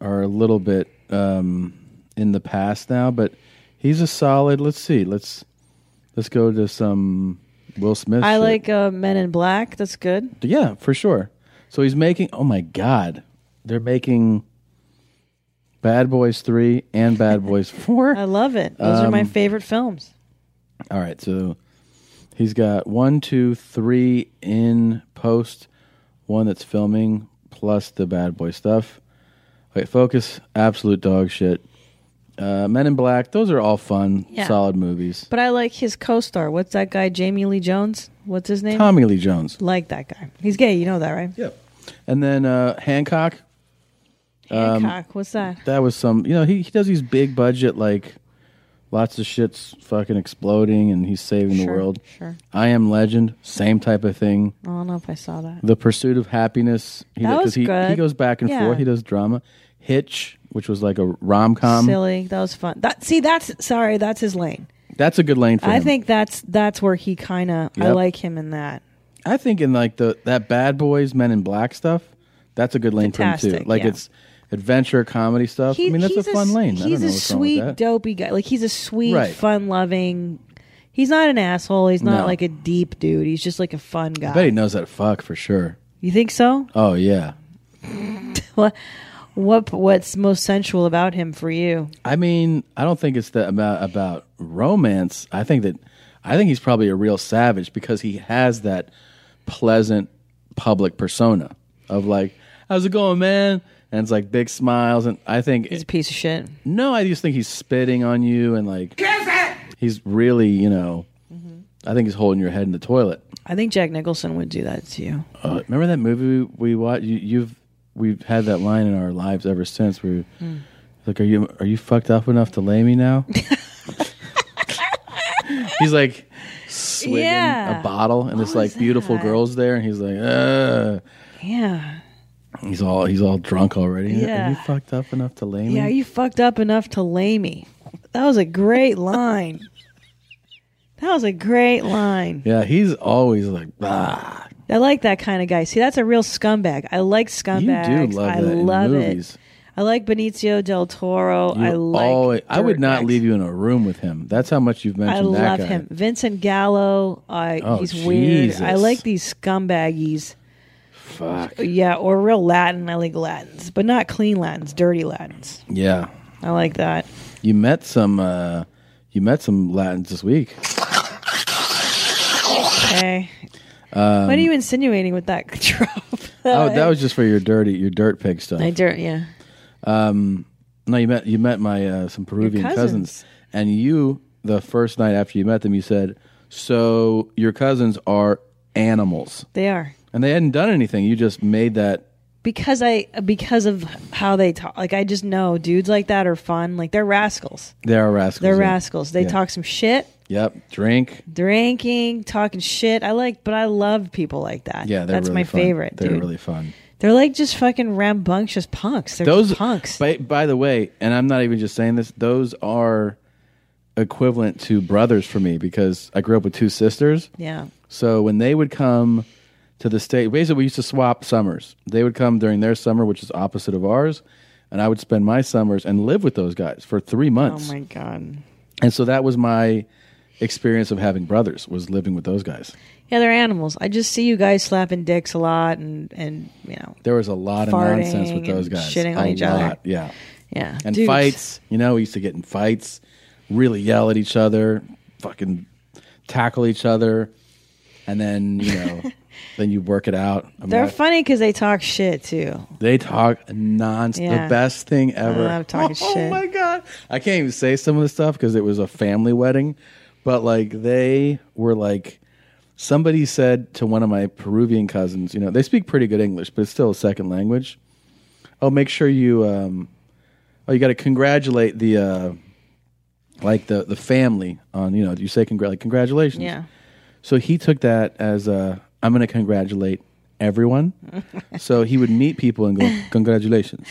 are a little bit um, in the past now, but he's a solid. Let's see. Let's let's go to some Will Smith. I shit. like uh, Men in Black. That's good. Yeah, for sure. So he's making. Oh my God, they're making Bad Boys Three and Bad Boys Four. I love it. Those are my Um, favorite films. All right, so he's got one, two, three in post, one that's filming, plus the bad boy stuff. Okay, focus, absolute dog shit. Uh, Men in Black, those are all fun, Yeah. solid movies. But I like his co-star. What's that guy? Jamie Lee Jones. What's his name? Tommy Lee Jones. Like that guy. He's gay. You know that, right? Yeah. And then uh, Hancock. Um, Hancock. What's that? That was some, you know, he, he does these big budget, like lots of shit's fucking exploding and he's saving the Sure, world. sure. I Am Legend, same type of thing. I don't know if I saw that. The Pursuit of Happiness. He, That does- 'cause was he, good. he goes back and Yeah. forth. He does drama. Hitch, which was like a rom com. Silly. That was fun. That see, that's sorry. That's his lane. That's a good lane for I him. think that's that's where he kind of. I Yep. like him in that. I think in like the that Bad Boys, Men in Black stuff. That's a good lane for him Fantastic, too. Like yeah. it's adventure comedy stuff. He- I mean, that's a he's fun s- lane. I don't He's know a what's wrong with sweet, that. dopey guy. Like he's a sweet, Right. fun-loving. He's not an asshole. He's not No. like a deep dude. He's just like a fun guy. I bet he knows that fuck for sure. You think so? [laughs] Oh yeah. what what what's most sensual about him for you? I mean, I don't think it's the about about romance. I think that I think he's probably a real savage because he has that pleasant public persona of like, "How's it going, man?" And it's like big smiles, and I think he's a piece of shit. No, I just think he's spitting on you, and like he's really, you know, I think he's holding your head in the toilet. I think Jack Nicholson would do that to you. Uh, remember that movie we watched? You, you've we've had that line in our lives ever since. Where Mm. like, are you [laughs] are you fucked up enough to lay me now? He's like, swigging Yeah. a bottle, and Oh, this like beautiful girl's there, and he's like, Ugh. Yeah. he's all he's all drunk already. Yeah. Are you fucked up enough to lay me? Yeah, you fucked up enough to lay me. That was a great line. That was a great line. Yeah, he's always like, ah. I like that kind of guy. See, that's a real scumbag. I like scumbags. love I that in love movies. it. I like Benicio del Toro. Oh, I You like. always- I would not dirtbags. leave you in a room with him. That's how much you've mentioned I love that guy. him. Vincent Gallo. I Oh, he's weird. I Jesus. like these scumbaggies. Fuck. Yeah, or real Latin. I like Latins, but not clean Latins, dirty Latins. Yeah, I like that. You met some. uh You met some Latins this week. Okay. Um, what are you insinuating with that [laughs] trope? Oh, that was just for your dirty, your dirt pig stuff. I dirt. Yeah. Um, no, you met you met my uh, some Peruvian cousins. cousins. and you the first night after you met them, you said, "So your cousins are animals," They are and they hadn't done anything. You just made that. because I because of how they talk. Like I just know dudes like that are fun. Like they're rascals. They are rascals. They're yeah. rascals. They Yeah. talk some shit, Yep, drink. drinking, talking shit. I like, but I love people like that. Yeah, they're that's really my fun. favorite. They're dude. really fun. They're like just fucking rambunctious punks. They're those just punks. By, by the way, and I'm not even just saying this; those are equivalent to brothers for me because I grew up with two sisters. Yeah. So when they would come to the state, basically we used to swap summers. They would come during their summer, which is opposite of ours, and I would spend my summers and live with those guys for three months. Oh my god. And so that was my experience of having brothers was living with those guys. Yeah, they're animals. I just see you guys slapping dicks a lot, and and you know, There was a lot of Farting nonsense with those and guys. shitting on A each other. lot, Yeah. Yeah. And Dudes. fights. You know, we used to get in fights, really yell at each other, fucking tackle each other, and then [laughs] you know, then you work it out. I mean, they're I- funny because they talk shit too. They talk nonstop. Yeah. The best thing I ever. Oh, love [laughs] talking shit. my god. I can't even say some of the stuff because it was a family wedding, but like they were like somebody said to one of my Peruvian cousins, you know, they speak pretty good English, but it's still a second language. Oh, make sure you um oh you got to congratulate the uh like the the family on, you know, you say congr- like congratulations. Yeah. [laughs] So he took that as a I'm going to congratulate everyone. so he would meet people and go congratulations.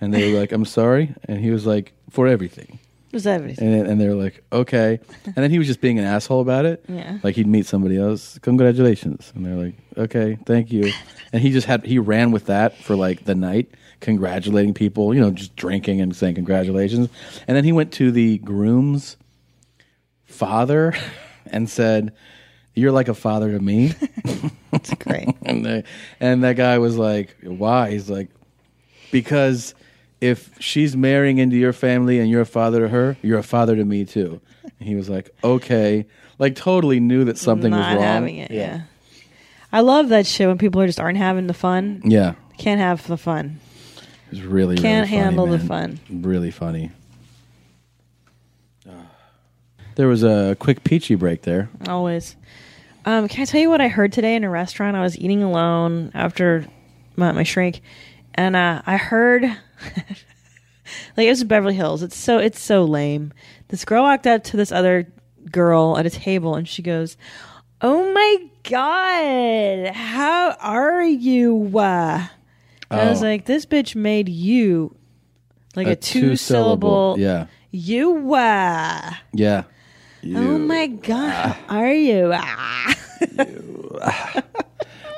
And they were like, "I'm sorry," and he was like, "For everything." Was everything. And, and they were like, okay. And then he was just being an asshole about it. Yeah. Like he'd meet somebody else, congratulations. And they're like, okay, thank you. And he just had, he ran with that for like the night, congratulating people, you know, just drinking and saying congratulations. And then he went to the groom's father and said, you're like a father [laughs] to me. That's great. [laughs] and, they, and that guy was like, why? He's like, because if she's marrying into your family and you're a father to her, you're a father to me too. And he was like, okay, like totally knew that something Not was wrong. having it. Yeah. I love that shit when people are just aren't having the fun. Yeah. Can't have the fun. It was really Can't really funny, handle the man. fun. Really funny. There was a quick peachy break there. Always. Um, can I tell you what I heard today in a restaurant? I was eating alone after my, my shrink, and uh, I heard [laughs] like it was Beverly Hills. It's so it's so lame. This girl walked up to this other girl at a table, and she goes, "Oh my god, how are you?" Uh, and I was Oh. like, "This bitch made you like a, two syllable, Yeah. you uh." Yeah. Oh my uh. god, are you? Ah.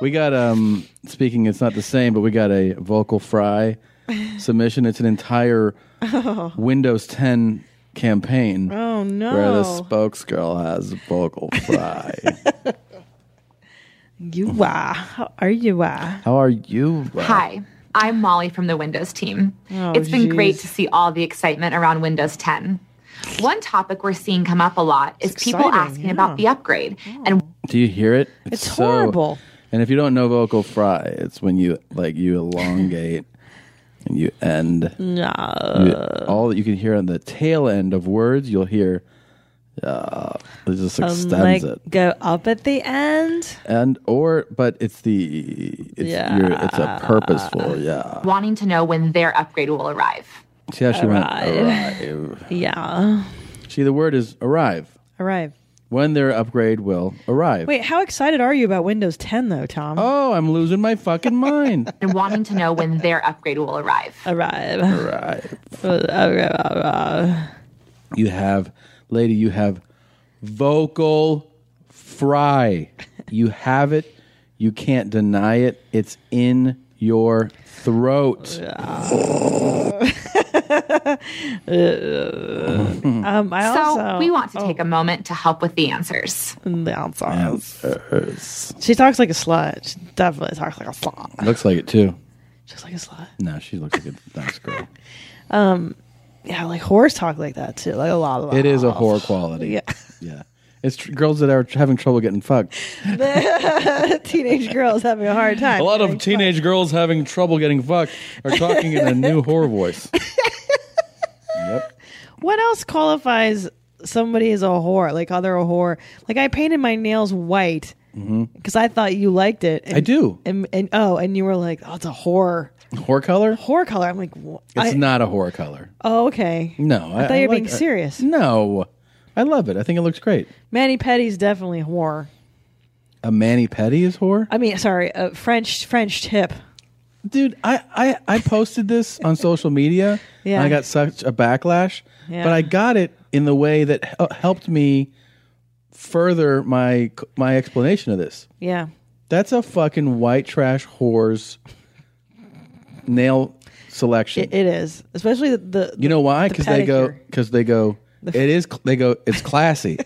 We got um speaking it's not the same, but we got a [laughs] vocal fry submission. It's an entire Oh. Windows 10 campaign. Oh, no. Where the spokesgirl has vocal [laughs] fry. You wow. How are you ah? How are you? uh, Hi, I'm Molly from the Windows team. Oh, it's been great jeez. to see all the excitement around Windows 10. One topic we're seeing come up a lot is It's people exciting, Oh. asking about the upgrade and Do you hear it? It's so- horrible. and if you don't know vocal fry, it's when you like you elongate and you end. You- No. all that you can hear on the tail end of words, you'll hear uh, it just extends like, it. Go up at the end. And or but it's the it's Yeah. you're, it's a purposeful, yeah. wanting to know when their upgrade will arrive. See how she went Arrive. arrive. Yeah. See the word is arrive. Arrive. when their upgrade will arrive. Wait, how excited are you about Windows 10 though, Tom? Oh, I'm losing my fucking mind. [laughs] and wanting to know when their upgrade will arrive. Arrive. [laughs] Arrive. You have, lady, you have vocal fry. You have it. You can't deny it. It's in your throat. [laughs] [laughs] Uh, Mm. Um, I so also- oh. we want to take a moment to help with the answers. The answers. She talks like a slut. She definitely talks like a slut. Looks like it too. Just like a slut. No, she looks like a nice girl. Um, yeah, like whores talk like that too. Like a lot of [laughs] It is a whore quality. Yeah. [laughs] Yeah. It's tr- girls that are having trouble getting fucked. teenage girls having a hard time. A lot of teenage girls having trouble getting fucked are talking in [laughs] a new whore voice. yep. What else qualifies somebody as a whore? Like, other a whore? Like, I painted my nails white hmm because I thought you liked it. I do. And, and oh, and you were like, oh, it's a whore. Whore color? Whore color. I'm like, wha- It's I- not a whore color. Oh, okay. No, I, thought you were being like- serious. no, I love it. I think it looks great. Manny Petty's definitely a whore. A mani pedi is whore, I mean, sorry, a French French tip. dude. I I, I posted this [laughs] on social media. Yeah. and I got such a backlash, Yeah. but I got it in the way that hel- helped me further my my explanation of this. Yeah. That's a fucking white trash whore's nail selection. It, it is, especially the, the you know why? the Because they go. pedicure. Because they go. The- it is. They go. It's [laughs] classy.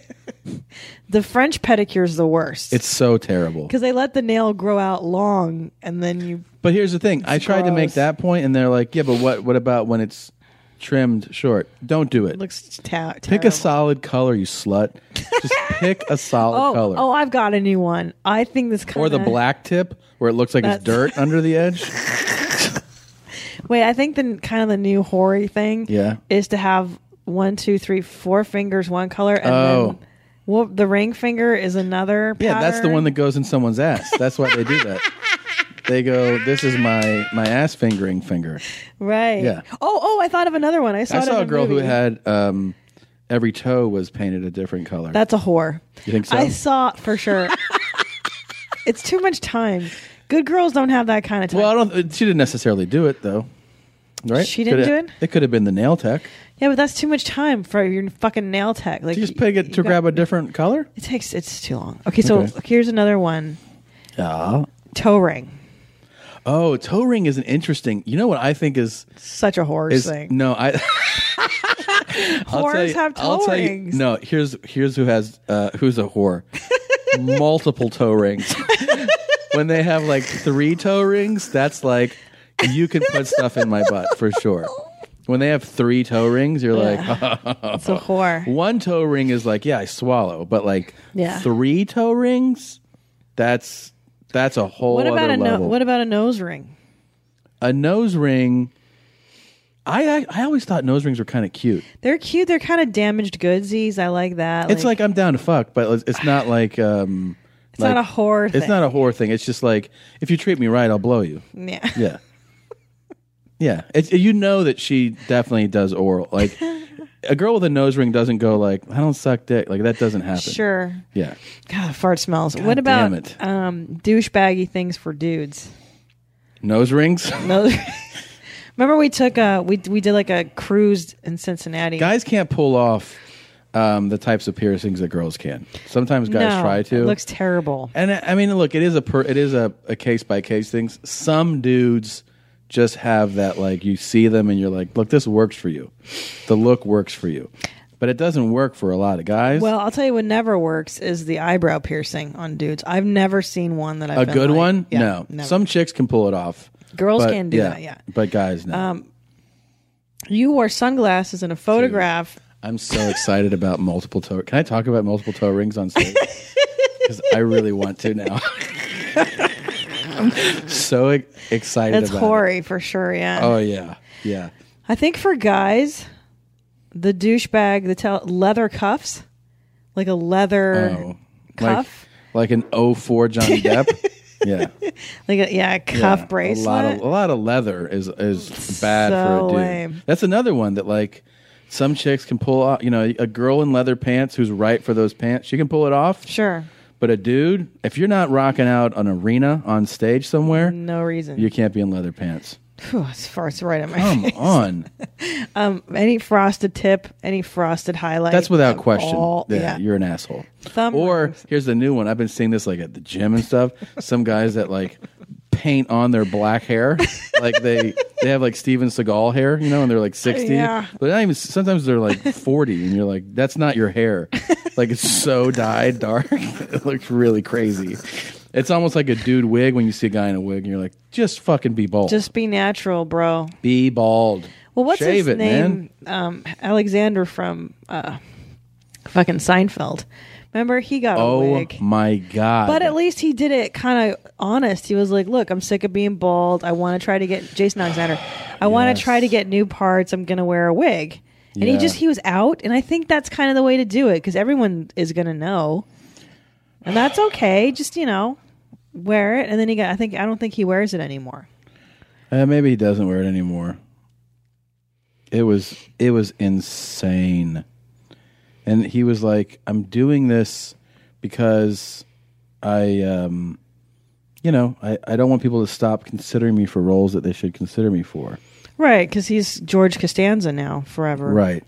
the French pedicure is the worst it's so terrible. because they let the nail grow out long and then you. But here's the thing. I tried to make gross. that point, and they're like, "Yeah, but what? What about when it's trimmed short? Don't do it. It looks ta- pick a solid color, you slut. [laughs] Just pick a solid oh, color, oh, I've got a new one. I think this kind or the black tip where it looks like it's That's- [laughs] dirt under the edge. Wait, I think the kind of the new hoary thing. Yeah. Is to have one, two, three, four fingers one color, and Oh. then well, the ring finger is another. Yeah, that's the pattern. one that goes in someone's ass. That's why they do [laughs] that. They go, "This is my my ass fingering finger." Right. Yeah. Oh, oh, I thought of another one. I saw, I it in saw a girl who movie. had um, every toe was painted a different color. That's a whore. You think so? I saw for [laughs] sure. it's too much time. Good girls don't have that kind of time. Well, I don't. uh, She didn't necessarily do it though, right? She didn't Coulda- do It could have been the nail tech. yeah, but that's too much time for your fucking nail tech. Like Just pick it to grab a different color. It takes. It's too long. Okay, so here's another one. Yeah. Toe ring. Oh, toe ring is an interesting. You know what I think is Such a horror is thing. no I. [laughs] I'll tell Whores you- have I'll toe tell you- rings. no, here's here's who has uh, who's [laughs] a whore. Multiple toe rings. [laughs] when they have like three toe rings, that's like you can put stuff in my butt for sure. When they have three toe rings, you're like, [laughs] It's a whore. One toe ring is like, yeah, I swallow, but like Yeah. three toe rings, that's that's a whole What about other a no, level. what about a nose ring? a nose ring. I, I I always thought nose rings were kind of cute. They're cute. They're kind of damaged goodsies. I like that. it's like I'm down to fuck, but it's- [laughs] it's not like um. It's not a whore It's thing. not a whore thing. It's just like if you treat me right, I'll [laughs] blow you. yeah. Yeah. Yeah, it's, you know that she definitely does oral. [laughs] Like a girl with a nose ring doesn't go like, "I don't suck dick." Like that doesn't happen. Sure. Yeah. God, fart smells. [laughs] God what about damn it. um douchebaggy things for dudes? Nose [laughs] rings. [laughs] No. Remember we took a we we did like a cruise in Cincinnati. guys can't pull off um, the types of piercings that girls can. Sometimes guys No, try to. It looks terrible. and I I mean, look, it is a per, it is a, a case by case things. Some dudes just have that like you see them and you're like, look, this works for you. The look works for you, but it doesn't work for a lot of guys. Well, I'll tell you what never works is the eyebrow piercing on dudes. I've never seen one that I've a been good like- one, Yeah, no. never. Some chicks can pull it off. Girls but- can do that, yeah. but guys, no. Um, you wore sunglasses in a photograph. I'm so excited about multiple toe. Can I talk about multiple toe rings on [laughs] stage? Because I really want to now. I'm so e- excited That's about hoary for sure. Yeah. it. Oh yeah, yeah. I think for guys, the douchebag, the tel- leather cuffs, like a leather Oh, cuff, like, like an [laughs] 04 Johnny Depp. yeah, like, a, yeah, a cuff Yeah. bracelet. A lot of, a lot of leather is is bad for a So dude. lame. That's another one that like some chicks can pull off. You know, a girl in leather pants who's right for those pants, she can pull it off. Sure. But a dude, if you're not rocking out an arena on stage somewhere, No reason. you can't be in leather pants. Phew, it's far it's right at my [laughs] Come face. on, Um, any frosted tip, any frosted highlight. that's without question. all- yeah, yeah. you're an asshole. Thumb or here's the new one. I've been seeing this like at the gym and stuff. Some guys that like paint on their black hair, like they they have like Steven Seagal hair, you know, and they're like sixty. Yeah. But not even sometimes they're like forty, and you're like, that's not your hair. Like it's so dyed dark. [laughs] it looks really crazy. It's almost like a dude wig when you see a guy in a wig, and you're like, just fucking be bald. Just be natural, bro. be bald. Well, what's Shave his it, man. name? Um, Alexander from uh, fucking Seinfeld. Remember, he got a Oh wig. my god! But at least he did it kind of honest. He was like, "Look, I'm sick of being bald. I want to try to get [sighs] Jason Alexander. I want to try to get new parts. I'm going to wear a wig." And he Yeah. just he was out, and I think that's kind of the way to do it because everyone is going to know, and that's okay. Just you know, wear it, and then he got. I think I don't think he wears it anymore. Uh, maybe he doesn't wear it anymore. It was it was insane, and he was like, "I'm doing this because I, um, you know, I, I don't want people to stop considering me for roles that they should consider me for." Right, because he's George Costanza now forever. Right.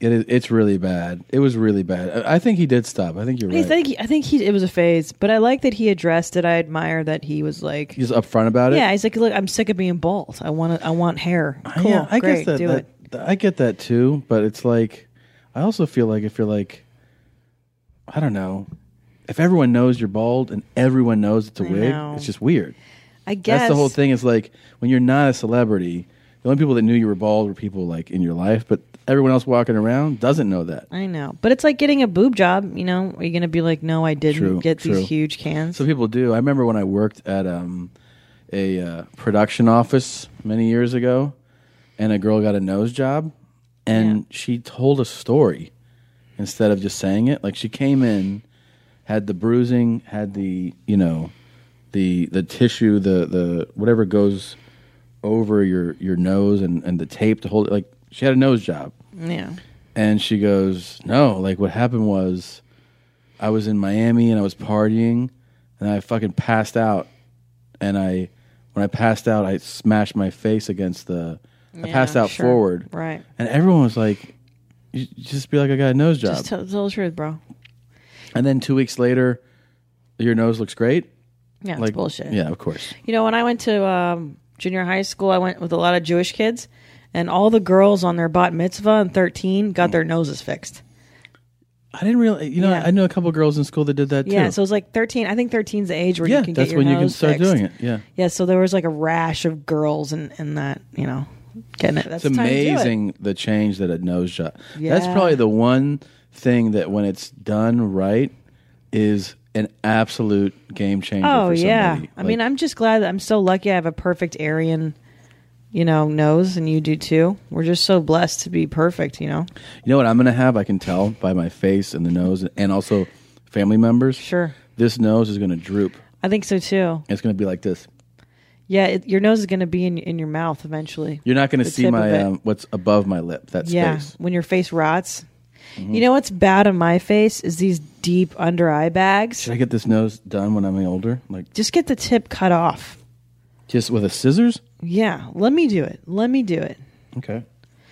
It is. It's really bad. It was really bad. I, I think he did stop. I think you're I right. think I think he it was a phase, but I like that he addressed it. I admire that he was like He's upfront about it. Yeah, he's like, look, I'm sick of being bald. I want to. I want hair. Cool. yeah, I great, guess that, do that- it. th- I get that too, but it's like I also feel like if you're like I don't know, if everyone knows you're bald and everyone knows it's a I wig, know. it's just weird. I guess That's the whole thing is like when you're not a celebrity, the only people that knew you were bald were people like in your life, but everyone else walking around doesn't know that. I know, but it's like getting a boob job. You know, are you gonna be like, no, I didn't True, get true. these huge cans? So people do. I remember when I worked at um, a uh, production office many years ago, and a girl got a nose job, and she told a story instead of just saying it. Like she came in, had the bruising, had the you know, the the tissue, the the whatever goes over your your nose and and the tape to hold it. Like she had a nose job. Yeah. And she goes, No, like what happened was I was in Miami and I was partying and I fucking passed out. And I, when I passed out, I smashed my face against the, I Yeah, passed out sure. forward. Right. And everyone was like, "You- Just be like, I got a nose job. Just tell, tell the truth, bro. and then two weeks later, your nose looks great. Yeah, it's bullshit. Yeah, of course. You know, when I went to um, junior high school, I went with a lot of Jewish kids, and all the girls on their bat mitzvah and thirteen Mm. got their noses fixed. I didn't really, you know, I know a couple girls in school that did that too. Yeah, so it was like thirteen. I think 13's the age where Yeah, you can that's get your when you can nose start fixed. doing it, yeah. yeah. So there was like a rash of girls and and that you know getting it. That's it's the time to do it. amazing the change that a nose job. That's Yeah. probably the one thing that when it's done right is an absolute game changer. Oh for yeah. somebody. I Like, mean, I'm just glad that I'm so lucky. I have a perfect Aryan, you know, nose, and you do too. We're just so blessed to be perfect, you know. you know what I'm gonna have? I can tell by my face and the nose, and also family members. Sure. This nose is gonna droop. I think so too. It's gonna be like this. Yeah, it, your nose is going to be in in your mouth eventually. You're not gonna The see tip of my it. um, what's above my lip. That yeah, space. Mm-hmm. when your face rots. You know what's bad on my face is these deep under eye bags. Should I get this nose done when I'm older? Like Just get the tip cut off. just with a scissors? Yeah, let me do it. Let me do it. Okay.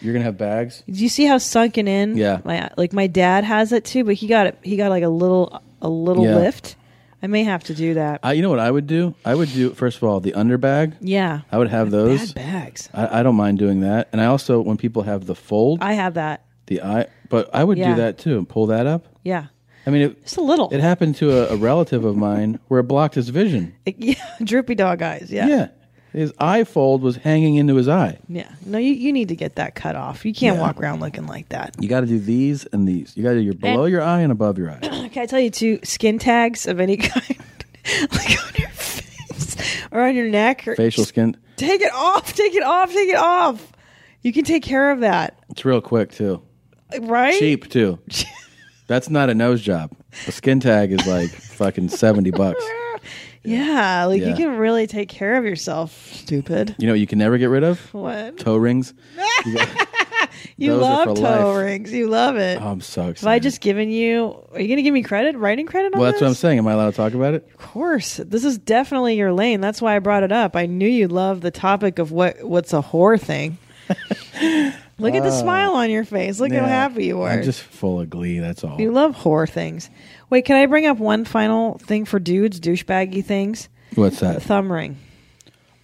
You're gonna have bags. Do you see how sunken in? Yeah. My like my dad has it too, but he got it. He got like a little a little Yeah. lift. I may have to do that. I, you know what I would do? I would do first of all the underbag. Yeah. I would have those. Bad bags. I, I don't mind doing that. And I also, when people have the fold, I have that. the eye, but I would Yeah. do that too and pull that up. Yeah. I mean, it, Just a little. it happened to a, a relative of mine where it blocked his vision. [laughs] yeah. Droopy dog eyes. Yeah. His eye fold was hanging into his eye. Yeah. No, you, you need to get that cut off. You can't Yeah. walk around looking like that. [clears throat] You got to do these and these. You got to do your below your eye and above your eye. Can I tell you two skin tags of any [laughs] kind, like on your face or on your neck? Or Facial skin. Take it off. Take it off. Take it off. You can take care of that, It's real quick too. right? Cheap [laughs] too. That's not a nose job. A skin tag [laughs] is like fucking 70 bucks. Yeah, like Yeah. you can really take care of yourself. Stupid. [laughs] You know what you can never get rid of? What? Toe rings. You got- You [laughs] Those are love for toe life. rings. You love it. Oh, I'm so Have I excited. just given you? Are you going to give me credit, writing credit? On Well, that's what I'm this? saying. Am I allowed to talk about it? Of course, this is definitely your lane. That's why I brought it up. I knew you love the topic of what what's a whore thing. Look at the Ah. smile on your face. Look how Yeah. happy you are. I'm just full of glee. That's all. You love whore things. Wait, can I bring up one final thing for dudes, douchebaggy things? What's that? Thumb ring.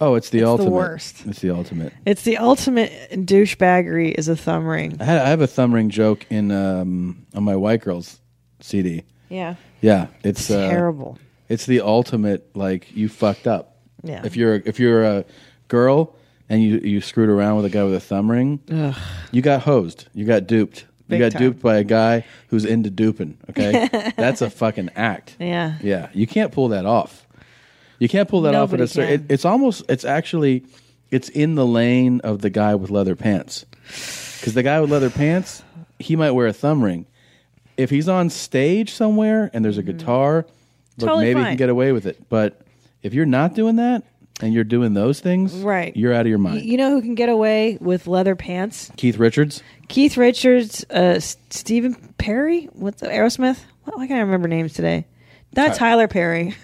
Oh, it's the It's the ultimate. worst. It's the ultimate. It's the ultimate douchebaggery is a thumb ring. I, had, I have a thumb ring joke in um, on my White Girls CD. Yeah. Yeah, it's, uh, terrible. It's the ultimate. Like you fucked up. Yeah. If you're if you're a girl and you you screwed around with a guy with a thumb ring, Ugh. you got hosed. You got duped. Big you got time. duped by a guy who's into duping. [laughs] Okay, that's a fucking act. Yeah. Yeah, you can't pull that off. You can't pull that off at Nobody a certain. can. It, it's almost. It's actually. It's in the lane of the guy with leather pants, because the guy with leather pants, he might wear a thumb ring. If he's on stage somewhere and there's a guitar, look, Mm. Totally maybe he fine. can get away with it. But if you're not doing that and you're doing those things, Right. you're out of your Y- mind. You know who can get away with leather pants? Keith Richards. Keith Richards, uh, S- Stephen Perry, what the Aerosmith? What, why can't I remember names today? Not Ty- Tyler Perry. [laughs]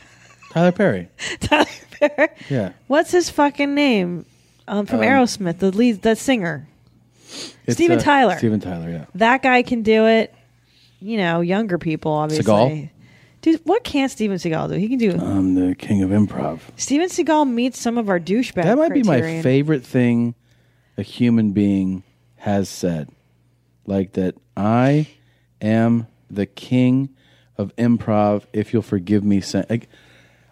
Tyler Perry. Tyler Perry. Yeah. What's his fucking name? Um, from Um, Aerosmith, the lead, the singer. It's, Steven uh, Tyler. Steven Tyler, yeah. That guy can do it. You know, younger people [laughs] obviously. Seagal? Um, Dude, what can't Steven Seagal do? He can do. I'm the king of improv. Steven Seagal meets some of our douchebags. That might be my favorite thing a human being has said. Like that I am the king of improv if you'll forgive me saying like,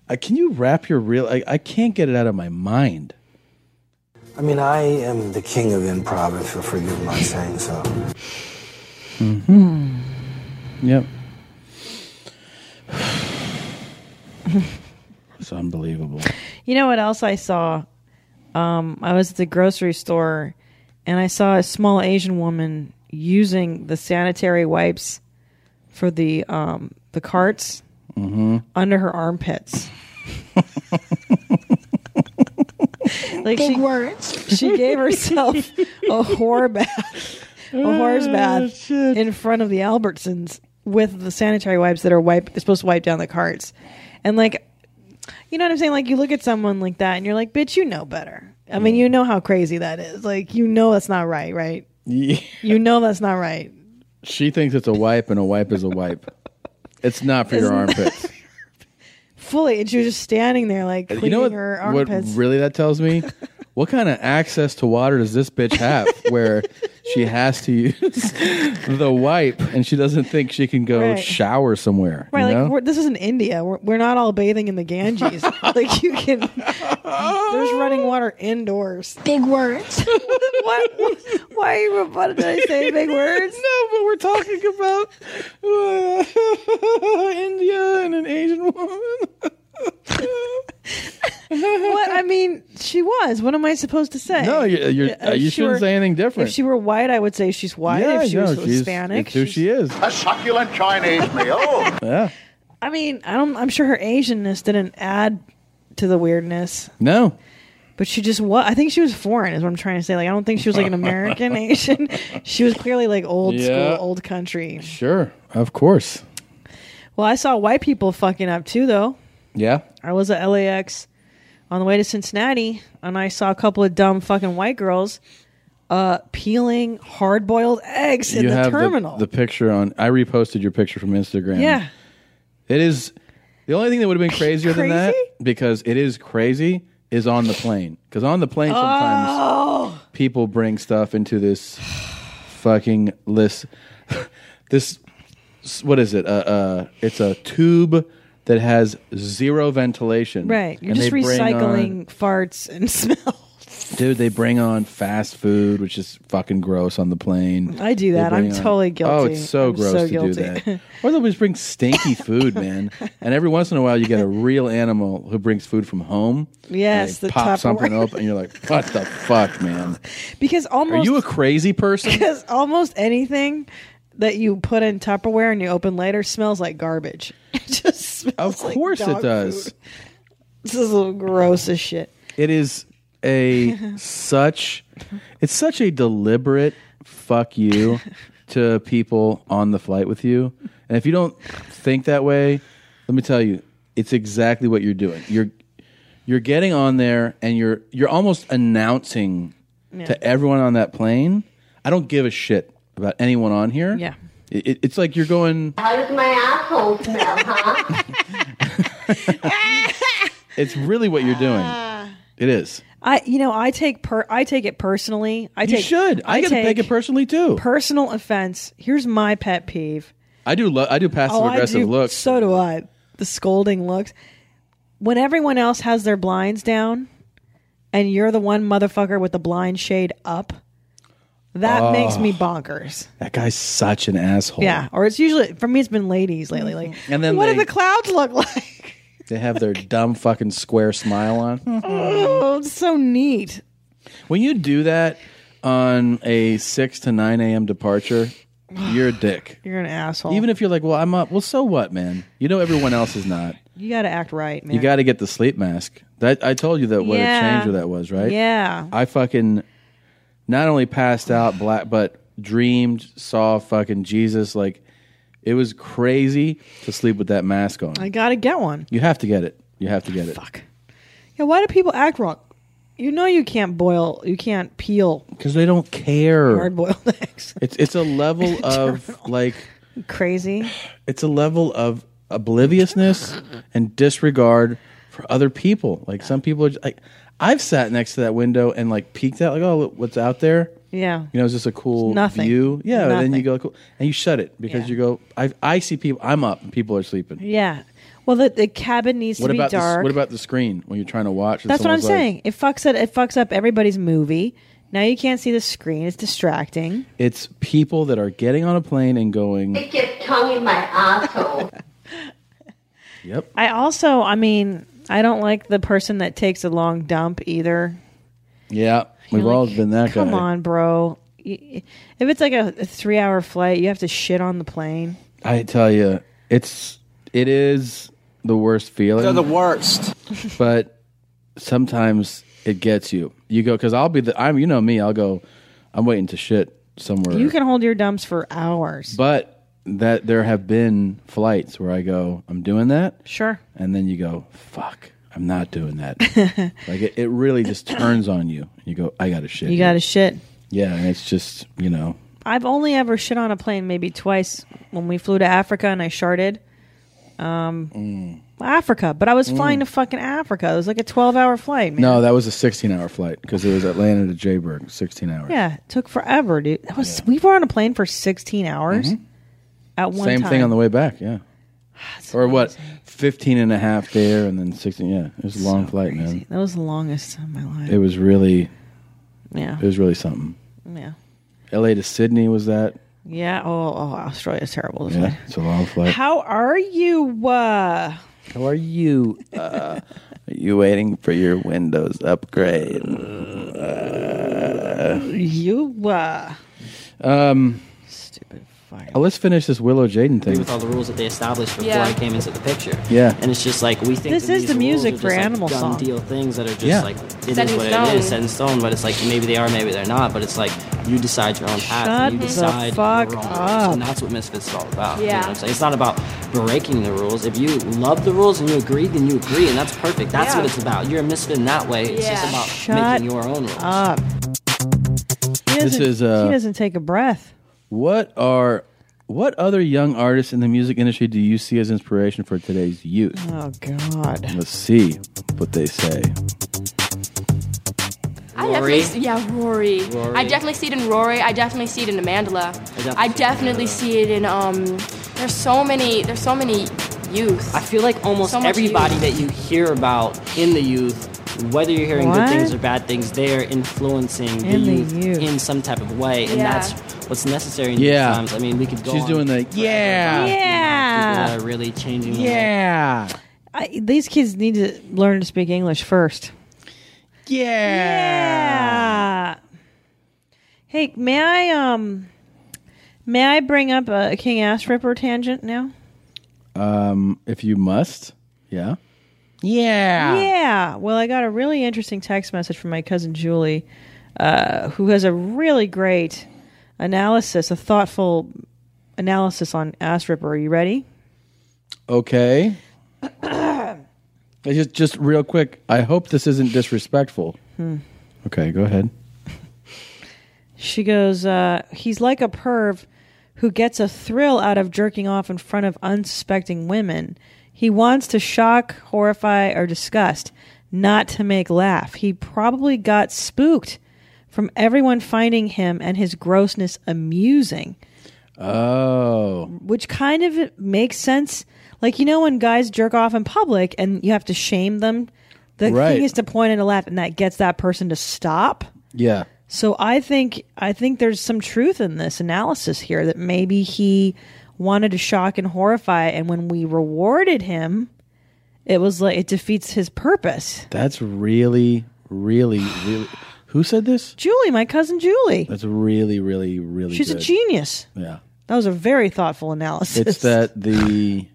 I, can you wrap your real I, I can't get it out of my mind. I mean, I am the king of improv, if you'll forgive my saying so. Mm-hmm. Yep. it's unbelievable. [laughs] You know what else I saw? Um, I was at the grocery store and I saw a small Asian woman using the sanitary wipes for the um, the carts Mm-hmm. under her armpits. like she, she gave herself a whore [laughs] bath, a whore's bath in front of the Albertsons with the sanitary wipes that are wipe supposed to wipe down the carts, and like, you know what I'm saying? Like you look at someone like that and you're like, bitch, you know better. I mean, you know how crazy that is. Like you know that's not right, right? Yeah. You know that's not right. She thinks it's a wipe and a wipe is a wipe. It's not for your Isn't that- armpits. Fully, and she was just standing there, like cleaning you know what, her what armpits. really that tells me [laughs] what kind of access to water does this bitch have where she has [laughs] to use the wipe and she doesn't think she can go Right. shower somewhere Right, you like know? we're, this isn't India. We're, we're not all bathing in the Ganges. [laughs] like you can, there's running water indoors. Big words. [laughs] what? Why are you rebutting? Did I say big words? no but we're talking about uh, [laughs] india and an asian [laughs] woman what? I mean, she was. What am I supposed to say? No, you- you're- Yeah, if you she shouldn't say anything different. If she were white, I would say she's white. if she no, was she's- Hispanic, it's who she is A succulent Chinese meal. [laughs] yeah I mean, I don't. I'm sure her Asianness didn't add to the weirdness. no But she just was. I think she was foreign, is what I'm trying to say. Like, I don't think she was like an [laughs] American Asian. She was clearly like old Yeah. school, old country. sure of course Well, I saw white people fucking up too, though. yeah I was at LAX on the way to Cincinnati, and I saw a couple of dumb fucking white girls uh, peeling hard boiled eggs in you the have terminal. The, picture on i reposted your picture from instagram yeah, It is the only thing that [laughs] would have been crazier than that because it is crazy is on the plane because on the plane sometimes Oh. people bring stuff into this fucking list. [laughs] this what is it? Uh, uh, it's a tube that has zero ventilation. right. You're And just they bring on- recycling farts and [laughs] smell. Dude, they bring on fast food, which is fucking gross on the plane. I do They that. I'm bring on- totally guilty. Oh, it's so I'm gross so to guilty. do that. Or they'll just bring stinky [laughs] food, man. And every once in a while, you get a real animal who brings food from home. and Yes, they the pop Tupperware. something up, and you're like, "What the [laughs] fuck, man? because almost Are you a [laughs] crazy person?" Because almost anything that you put in Tupperware and you open later smells like garbage. [laughs] It just smells Of like course dog it does. food. [laughs] This is the grossest shit. [laughs] It is a such. It's such a deliberate [laughs] fuck you to people on the flight with you. And if you don't think that way, let me tell you, it's exactly what you're doing. You're you're getting on there and you're you're almost announcing Yeah. [laughs] to everyone on that plane, I don't give a shit about anyone on here. Yeah. It, it- it's like [laughs] you're going How does my asshole smell, huh? it's really what you're doing. Ah. It is. I, you know, I take per, I take it personally. I You take should. I gotta take it personally too. Personal offense. Here's my pet peeve. I do lo- I do passive Oh, I aggressive do- looks. So do I. The scolding looks. When everyone else has their blinds down, and you're the one motherfucker with the blind shade up, that Oh. makes me bonkers. That guy's such an asshole. Yeah, or it's usually for me. It's been ladies lately. Like, Mm-hmm. And then what do they- the clouds look like? They [laughs] have their dumb fucking square smile on. oh, it's so neat. When you do that on a 6 to 9 [sighs] a.m. departure, you're a dick. You're an asshole. Even if you're like, well, I'm up. Well, so what, man? You know everyone else is not. you got to act right, man. You got to get the sleep mask. That I told you that what Yeah. a changer that was, right? Yeah. I fucking not only passed out black, but dreamed, saw fucking Jesus. Like it was crazy to sleep with that mask on. I got to get one. You have to get it. You have to get it. Fuck. Yeah, why do people act wrong? You know you can't boil, you can't peel Because they don't care. hard boiled [laughs] eggs. It's it's [laughs] a level of like Crazy. it's a level of obliviousness and disregard for other people. Like some people are just, like I've sat next to that window and like peeked out like oh look what's out there. Yeah. You know, it's just a cool It's nothing. view. Yeah, and then you Nothing. go cool and you shut it because Yeah. you go I I see people I'm up and people are sleeping. Yeah. Well, the, the cabin needs What to about be the, dark. what about the screen when you're trying to watch? and That's what I'm someone's like- saying. It fucks it. It fucks up everybody's movie. Now you can't see the screen. It's distracting. It's people that are getting on a plane and going, Stick your tongue in my asshole. "Yep, I also, I mean, I don't like the person that takes a long dump either. yeah, we've all been that guy." Come on, bro. Y- If it's like a three hour flight, you have to shit on the plane. I tell you, it's it is the worst feeling. They're the worst. [laughs] but sometimes it gets you. You go because I'll be the I'm you know me. I'll go. I'm waiting to shit somewhere. You can hold your dumps for hours. but that there have been flights where I go. I'm doing that. Sure. And then you go. Fuck. I'm not [laughs] doing that. like it, it really just turns on you. You go. I got to shit. You got to shit. Yeah, and it's just you know. I've only ever shit on a plane maybe twice when we flew to Africa and I sharted. Um, Mm. Africa, but I was flying to fucking Africa. It was like a 12 hour flight, man. No, that was a 16 hour flight because it was Atlanta to Jayburg, 16 hours. Yeah, it took forever, dude. That was we were on a plane for 16 hours at one Mm-hmm. Same time. thing on the way [sighs] back, yeah. or what? 15 and a half there and then 16. Yeah, it was a long flight, man. That was the longest of my life. It was really Yeah. It was really something. Yeah. LA to Sydney was that? Yeah. Oh, oh Australia's terrible. isn't Yeah, it's a long it? flight. How are you? Uh, How are you? Uh, are you waiting for your Windows upgrade? you uh, um uh, stupid fire. let's finish this Willow Jaden Agree thing. with all the rules that they established before Yeah. I came into the picture. Yeah. And it's just like we think This that is these the rules music are just, for like, Animal done Song. deal things that are just Yeah. like it is Set in what it stone. is, set in stone. But it's like maybe they are, maybe they're not. But it's like you decide your own path. Shut and you the decide fuck your own up. rules, and that's what Misfits is all about. You know Yeah. what I'm saying? It's not about breaking the rules. If you love the rules and you agree, then you agree, and that's perfect. That's Yeah. what it's about. You're a misfit in that way. It's just Yeah. about Shut making your own rules. up. He This doesn't- is, uh, he doesn't take a breath. What are what other young artists in the music industry do you see as inspiration for today's youth? Oh God. Let's see what they say. I definitely, see- yeah, Rory. Rory. I definitely see it in Rory. I definitely see it in Amandla. definitely I definitely see it in um. There's so many. There's so many youth. I feel like almost So much everybody youth. that you hear about in the youth, whether you're hearing What? good things or bad things, they're influencing the In the youth, in some type of way, and Yeah. that's what's necessary in Yeah. these times. I mean, we could go. She's on doing the forever yeah. about, you know, Yeah. People that are really changing. the world. Yeah. I, these kids need to learn to speak English first. Yeah. Hey, may I um, may I bring up a King Ass Ripper tangent now? Um, if you must, yeah. Yeah. Yeah. Well, I got a really interesting text message from my cousin Julie, uh, who has a really great analysis, a thoughtful analysis on ass ripper. Are you ready? [clears throat] Okay. It's just just real quick. I hope this isn't disrespectful. Hmm. Okay, go ahead. She goes, uh, he's like a perv who gets a thrill out of jerking off in front of unsuspecting women. He wants to shock, horrify, or disgust, not to make laugh. He probably got spooked from everyone finding him and his grossness amusing. Oh. Which kind of makes sense. Like, you know, when guys jerk off in public and you have to shame them, the Right. thing is to point at a laugh, and that gets that person to stop. Yeah. So I think I think there's some truth in this analysis here that maybe he wanted to shock and horrify, and when we rewarded him, it was like it defeats his purpose. That's really, really, really. Who said this? Julie, my cousin Julie. That's really, really, really. She's a good. genius. Yeah. That was a very thoughtful analysis. It's that the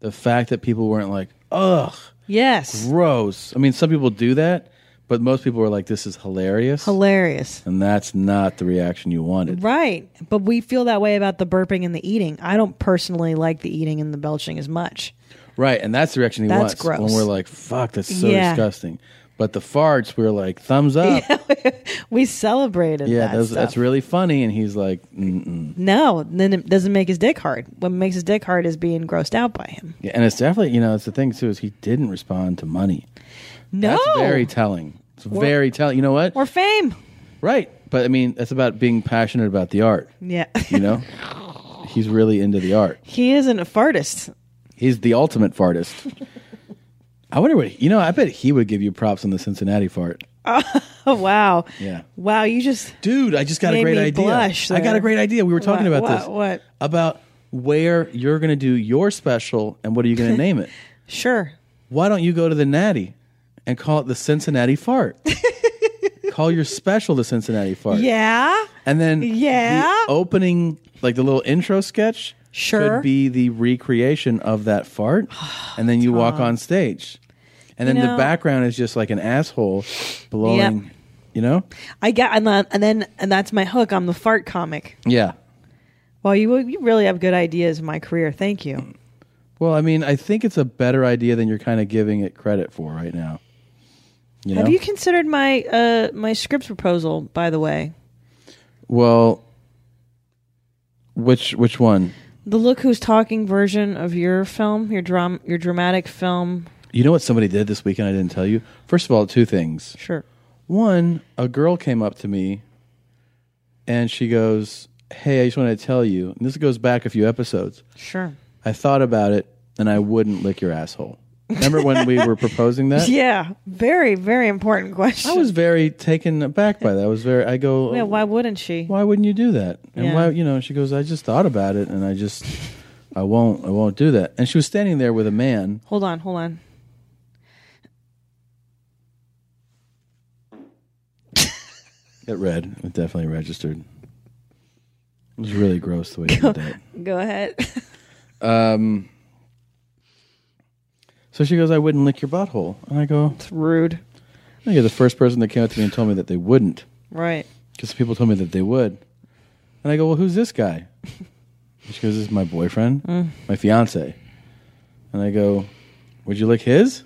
the fact that people weren't like, ugh, yes, gross. I mean, some people do that, but most people were like, this is hilarious, hilarious, and that's not the reaction you wanted. right. But we feel that way about the burping and the eating. I don't personally like the eating and the belching as much. Right, and that's the reaction you That's want. gross. When we're like, fuck, that's so Yeah. disgusting. But the farts, we were like, [laughs] thumbs up. Yeah, We celebrated. that that's, stuff. that's really funny. And he's like, Mm-mm. No, then it doesn't make his dick hard. What makes his dick hard is being grossed out by him. Yeah, and it's definitely, you know, it's the thing too, is he didn't respond to money. No, That's very telling. It's Or- very telling. You know what? Or fame. Right. But I mean, that's about being passionate about the art, Yeah, [laughs] you know? he's really into the art. he isn't a fartist. He's the ultimate fartist. [laughs] I wonder what, you know, I bet he would give you props on the Cincinnati fart. [laughs] Oh wow, Yeah. wow! You just dude, I just got a made great me idea. Blush I got a there. great idea. We were talking What- about what- this. What? About where you're going to do your special and what are [laughs] you going to name it? Sure. Why don't you go to the Natty and call it the [laughs] Cincinnati Fart? call your special the Cincinnati Fart. Yeah. And then Yeah. the opening like the little intro sketch Sure. could be the recreation of [sighs] that fart and then you walk Tom. on stage. And You then know- the background is just like an asshole blowing, you know? I got and then and then and that's my hook. I'm the fart comic. Yeah. Well, you you really have good ideas in my career. Thank you. Well, I mean, I think it's a better idea than you're kind of giving it credit for right now. You know? Have you considered my uh my script proposal? By the way, well, which which one? the look who's talking version of your film, your drum, your dramatic film. You know what somebody did this weekend? I didn't tell you. First of all, two things. Sure. One, a girl came up to me, and she goes, "Hey, I just want to tell you." And this goes back a few episodes. Sure. I thought about it, and I wouldn't lick your asshole. Remember when we [laughs] were proposing that? yeah, very very important question. I was very taken aback by that. I was very. [laughs] I go. yeah, why wouldn't she? Why wouldn't you do that? And Yeah. why, you know, she goes, I just thought about it and I just, I won't, I won't do that. And she was standing there with a man. Hold on, hold on. It read, it definitely registered. It was really gross the way she did that. Go ahead. [laughs] Um, so she goes, I wouldn't lick your butthole. And I go, It's rude. I think you're the first person that came up to me and told me that they wouldn't. [laughs] Right. Because people told me that they would. And I go, Well, who's this guy? [laughs] And she goes, This is my boyfriend, Mm. my fiance. And I go, Would you lick his?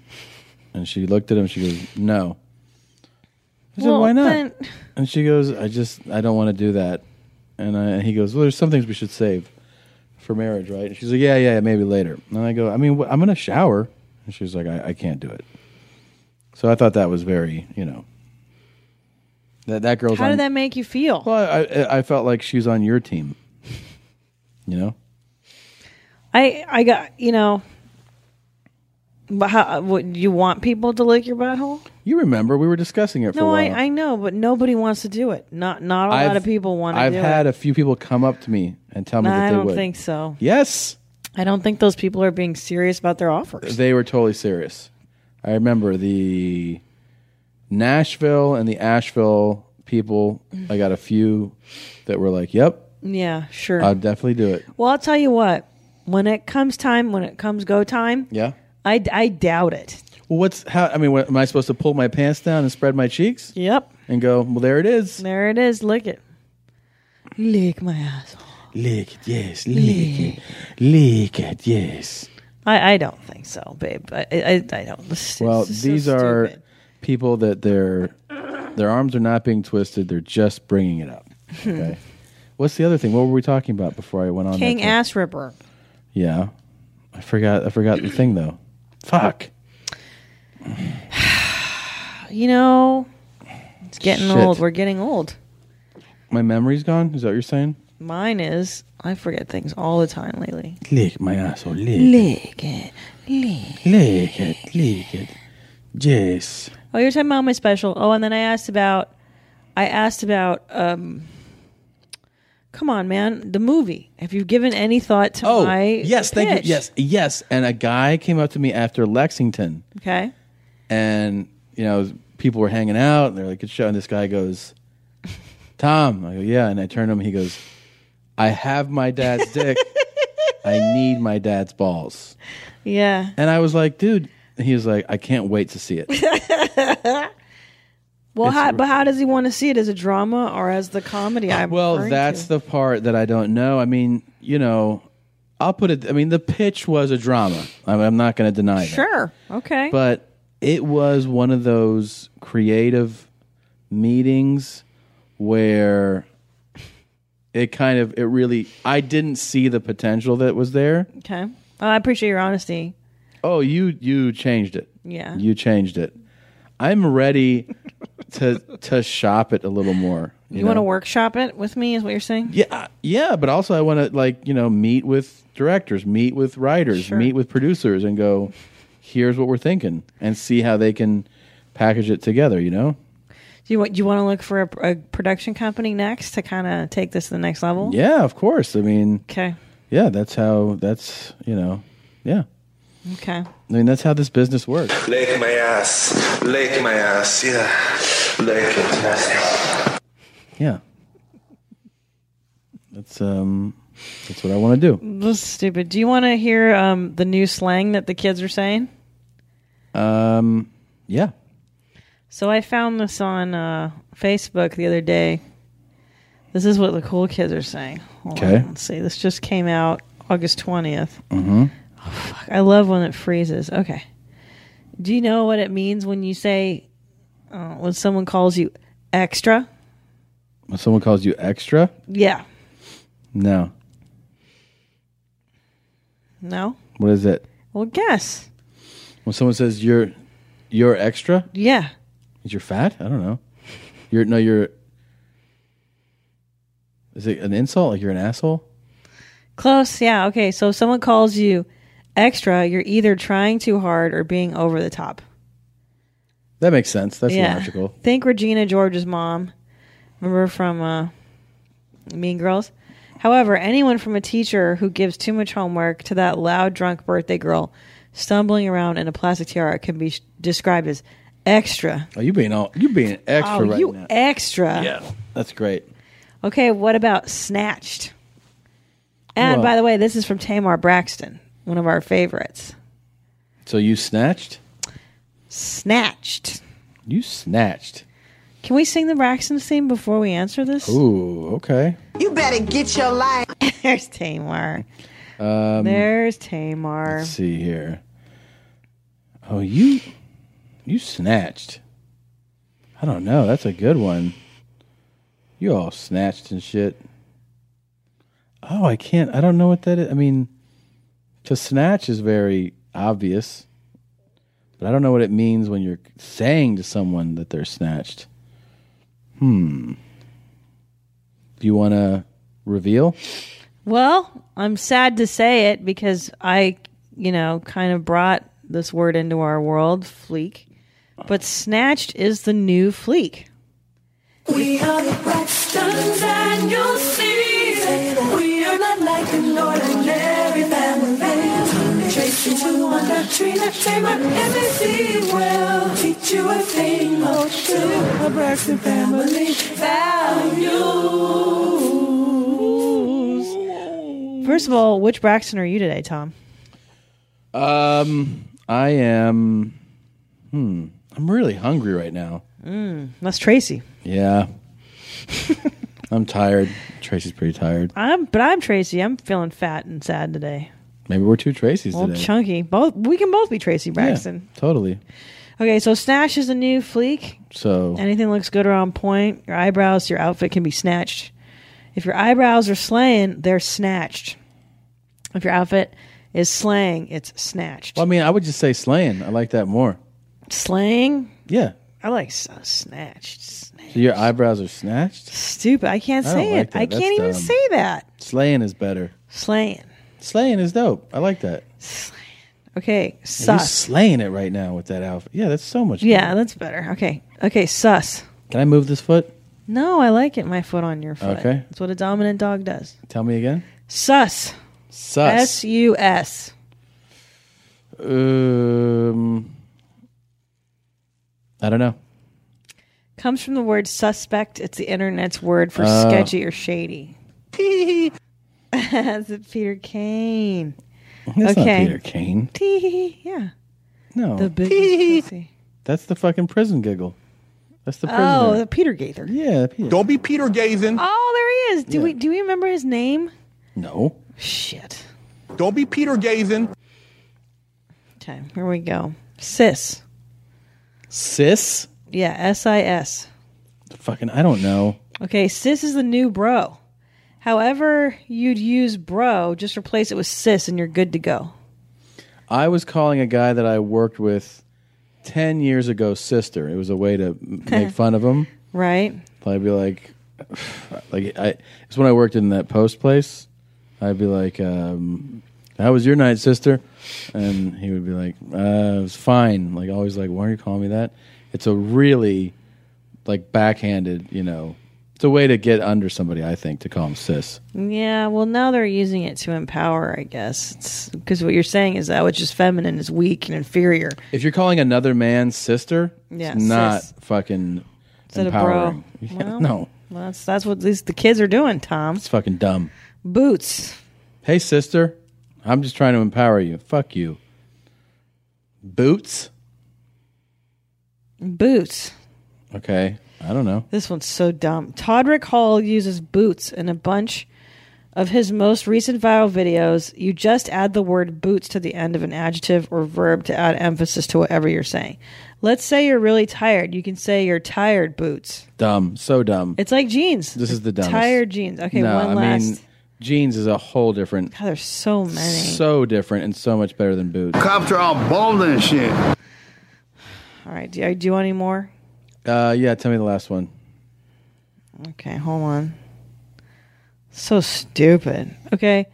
And she looked at him. She goes, No. I said, Well, Why not? then- And she goes, I just, I don't want to do that. And, I, and he goes, Well, there's some things we should save for marriage, right? And she's like, Yeah, yeah, maybe later. And I go, I mean, wh- I'm going to shower. And she's like, I, I can't do it. So I thought that was very, you know, that, that girl's How on, did that make you feel? well, I- I, I felt like she was on your team. You know? I I got you know. But how would you want people to lick your butthole? You remember we were discussing it for a No, while. I, I know, but nobody wants to do it. Not not a lot I've- of people want to I've do had it. a few people come up to me and tell me No, that I they don't would. think so. Yes. I don't think those people are being serious about their offers. They were totally serious. I remember the Nashville and the Asheville people. I got a few that were like, "Yep, Yeah, sure. I'll definitely do it." well, I'll tell you what. When it comes time, when it comes go time, Yeah. I, I doubt it. Well, what's how? I mean, what, am I supposed to pull my pants down and spread my cheeks? Yep. And go? Well, there it is. There it is. Lick it. Lick my ass. Lick it, yes. Lick it. Lick it, yes. I, I don't think so, babe. I I, I don't. This is Well, so these are people that their their arms are not being twisted; they're just bringing it up. Okay. What's the other thing? What were we talking about before I went on? that hmm. King trip? ass ripper. Yeah, I forgot. I forgot the thing though. Fuck. You know, it's getting Shit. old. We're getting old. My memory's gone. Is that what you're saying? Mine is. I forget things all the time lately. Lick my asshole, lick. Lick it. Lick. Lick it, lick it. Yes. Oh, you're talking about my special. Oh, and then I asked about. I asked about. um Come on, man. The movie. Have you given any thought to Oh, my? yes. Thank pitch? you. Yes, yes. And a guy came up to me after Lexington. Okay. and you know people were hanging out and they're like good show and this guy goes tom i go yeah and i turn to him he goes i have my dad's dick i need my dad's balls Yeah. [laughs] and i was like dude and he was like i can't wait to see it Well, how, but how does he want to see it as a drama or as the comedy? I'm Uh, well referring that's the part that i don't know i mean you know i'll put it i mean the pitch was a drama i'm, I'm not going to deny to. that sure. Okay. But it was one of those creative meetings where it kind of it really I didn't see the potential that was there. okay. Well, I appreciate your honesty. Oh, you you changed it. Yeah. You changed it. I'm ready to to shop it a little more. You, want to know? workshop it with me? Is what you're saying? Yeah, yeah, but also I want to like you know meet with directors, meet with writers, Sure. meet with producers, and go, here's what we're thinking, and see how they can package it together. You know? Do you want do you want to look for a, a production company next to kind of take this to the next level? Yeah, of course. I mean, Okay. yeah, that's how that's you know, yeah. Okay. I mean, that's how this business works. Lick my ass. Lick my ass. Yeah. Lick it. Yeah. That's um, that's what I want to do. This is stupid. Do you want to hear um, the new slang that the kids are saying? Um, yeah. So I found this on uh, Facebook the other day. This is what the cool kids are saying. Hold on, Okay. let's see. This just came out August twentieth. Oh, Mm-hmm. Fuck, I love when it freezes. Okay. Do you know what it means when you say uh, when someone calls you extra? When someone calls you extra, Yeah. no. No. What is it? Well, guess. When someone says you're you're extra, Yeah. Is you're fat? I don't know. You're no, you're. Is it an insult? Like you're an asshole? Close. Yeah. Okay. So if someone calls you extra, you're either trying too hard or being over the top. That makes sense. That's logical. Think Regina George's mom. Remember from uh, Mean Girls? However, anyone from a teacher who gives too much homework to that loud, drunk birthday girl stumbling around in a plastic tiara can be sh- described as extra. Oh, you being all you being extra oh, right you now. extra. yeah, that's great. Okay, what about snatched? And Well- by the way, this is from Tamar Braxton, one of our favorites. So you snatched? Snatched. You snatched. Can we sing the Braxton theme before we answer this? Ooh, okay. You better get your life. [laughs] There's Tamar. Um, There's Tamar. Let's see here. Oh, you you snatched. I don't know. That's a good one. You all snatched and shit. Oh, I can't. I don't know what that is. I mean, to snatch is very obvious, but I don't know what it means when you're saying to someone that they're snatched. Hmm. Do you want to reveal? Well, I'm sad to say it because I, you know, kind of brought this word into our world, fleek. But snatched is the new fleek. We are the Braxtons and you'll see that we are not like an ordinary family. Tracy to Wanda, Trina, Tamer, Emily will teach you a thing or two. A Braxton family values. First of all, which Braxton are you today, Tom? Um, I am. Hmm. I'm really hungry right now. Mm, that's Tracy. Yeah. [laughs] I'm tired. Tracy's pretty tired. I'm, but I'm Tracy. I'm feeling fat and sad today. Maybe we're two Tracys Old today. chunky. Both we can both be Tracy Yeah, Braxton. totally. Okay, so Snatch is the new fleek. So Anything looks good or on point. Your eyebrows, your outfit can be snatched. If your eyebrows are slaying, they're snatched. If your outfit is slaying, it's snatched. Well, I mean, I would just say slaying. I like that more. Slaying? Yeah. I like s- snatched. So your eyebrows are snatched. Stupid. I can't I don't say like it. that. I That's can't even dumb. say that. Slaying is better. Slaying. Slaying is dope. I like that. Okay, And You're sus. slaying it right now with that outfit. Yeah, that's so much. Yeah, that's better. Okay. Okay, sus. Can I move this foot? No, I like it. My foot on your foot. Okay. That's what a dominant dog does. Tell me again. Sus. Sus. S U S. Um, I don't know. Comes from the word suspect. It's the internet's word for Oh. sketchy or shady. [laughs] That's Peter Kane. That's okay. not Peter Kane. Tee-hee-hee. [laughs] yeah. No. The biggest [laughs] pussy. That's the fucking prison giggle. That's the prisoner. Oh, the Peter Gaither. yeah. Peter. Don't be Peter Gazin. Oh, there he is. Do we do we remember his name? No. Shit. Don't be Peter Gazin. Okay, here we go. Sis. Sis. Yeah, S I S. Fucking, I don't know. Okay, sis is the new bro. However, you'd use bro, just replace it with sis and you're good to go. I was calling a guy that I worked with ten years ago sister. It was a way to m- [laughs] make fun of him. Right? I'd be like, like I. It's when I worked in that post place. I'd be like, um, "How was your night, sister?" And he would be like, uh, "It was fine." Like always, like, "Why are you calling me that?" It's a really like backhanded, you know. It's a way to get under somebody, I think, to call him sis. Yeah, well, now they're using it to empower, I guess. Because what you're saying is that which is feminine is weak and inferior. If you're calling another man sister, Yeah, it's not sis. fucking Instead empowering. [laughs] of Yeah, bro. Well, no, Well, that's, that's what these, the kids are doing, Tom. it's fucking dumb. Boots. Hey, sister, I'm just trying to empower you. Fuck you. Boots. Boots. Okay. I don't know. This one's so dumb. Todrick Hall uses boots in a bunch of his most recent viral videos. You just add the word boots to the end of an adjective or verb to add emphasis to whatever you're saying. Let's say you're really tired. You can say you're tired boots. Dumb. So dumb. It's like jeans. This is the dumbest. Tired jeans. Okay, No, one I last. mean, jeans is a whole different, God, there's so many. so different, and so much better than boots. Cops are all bald and shit. All right, do, do you want any more? Uh, yeah. Tell me the last one. Okay, hold on. So stupid. Okay,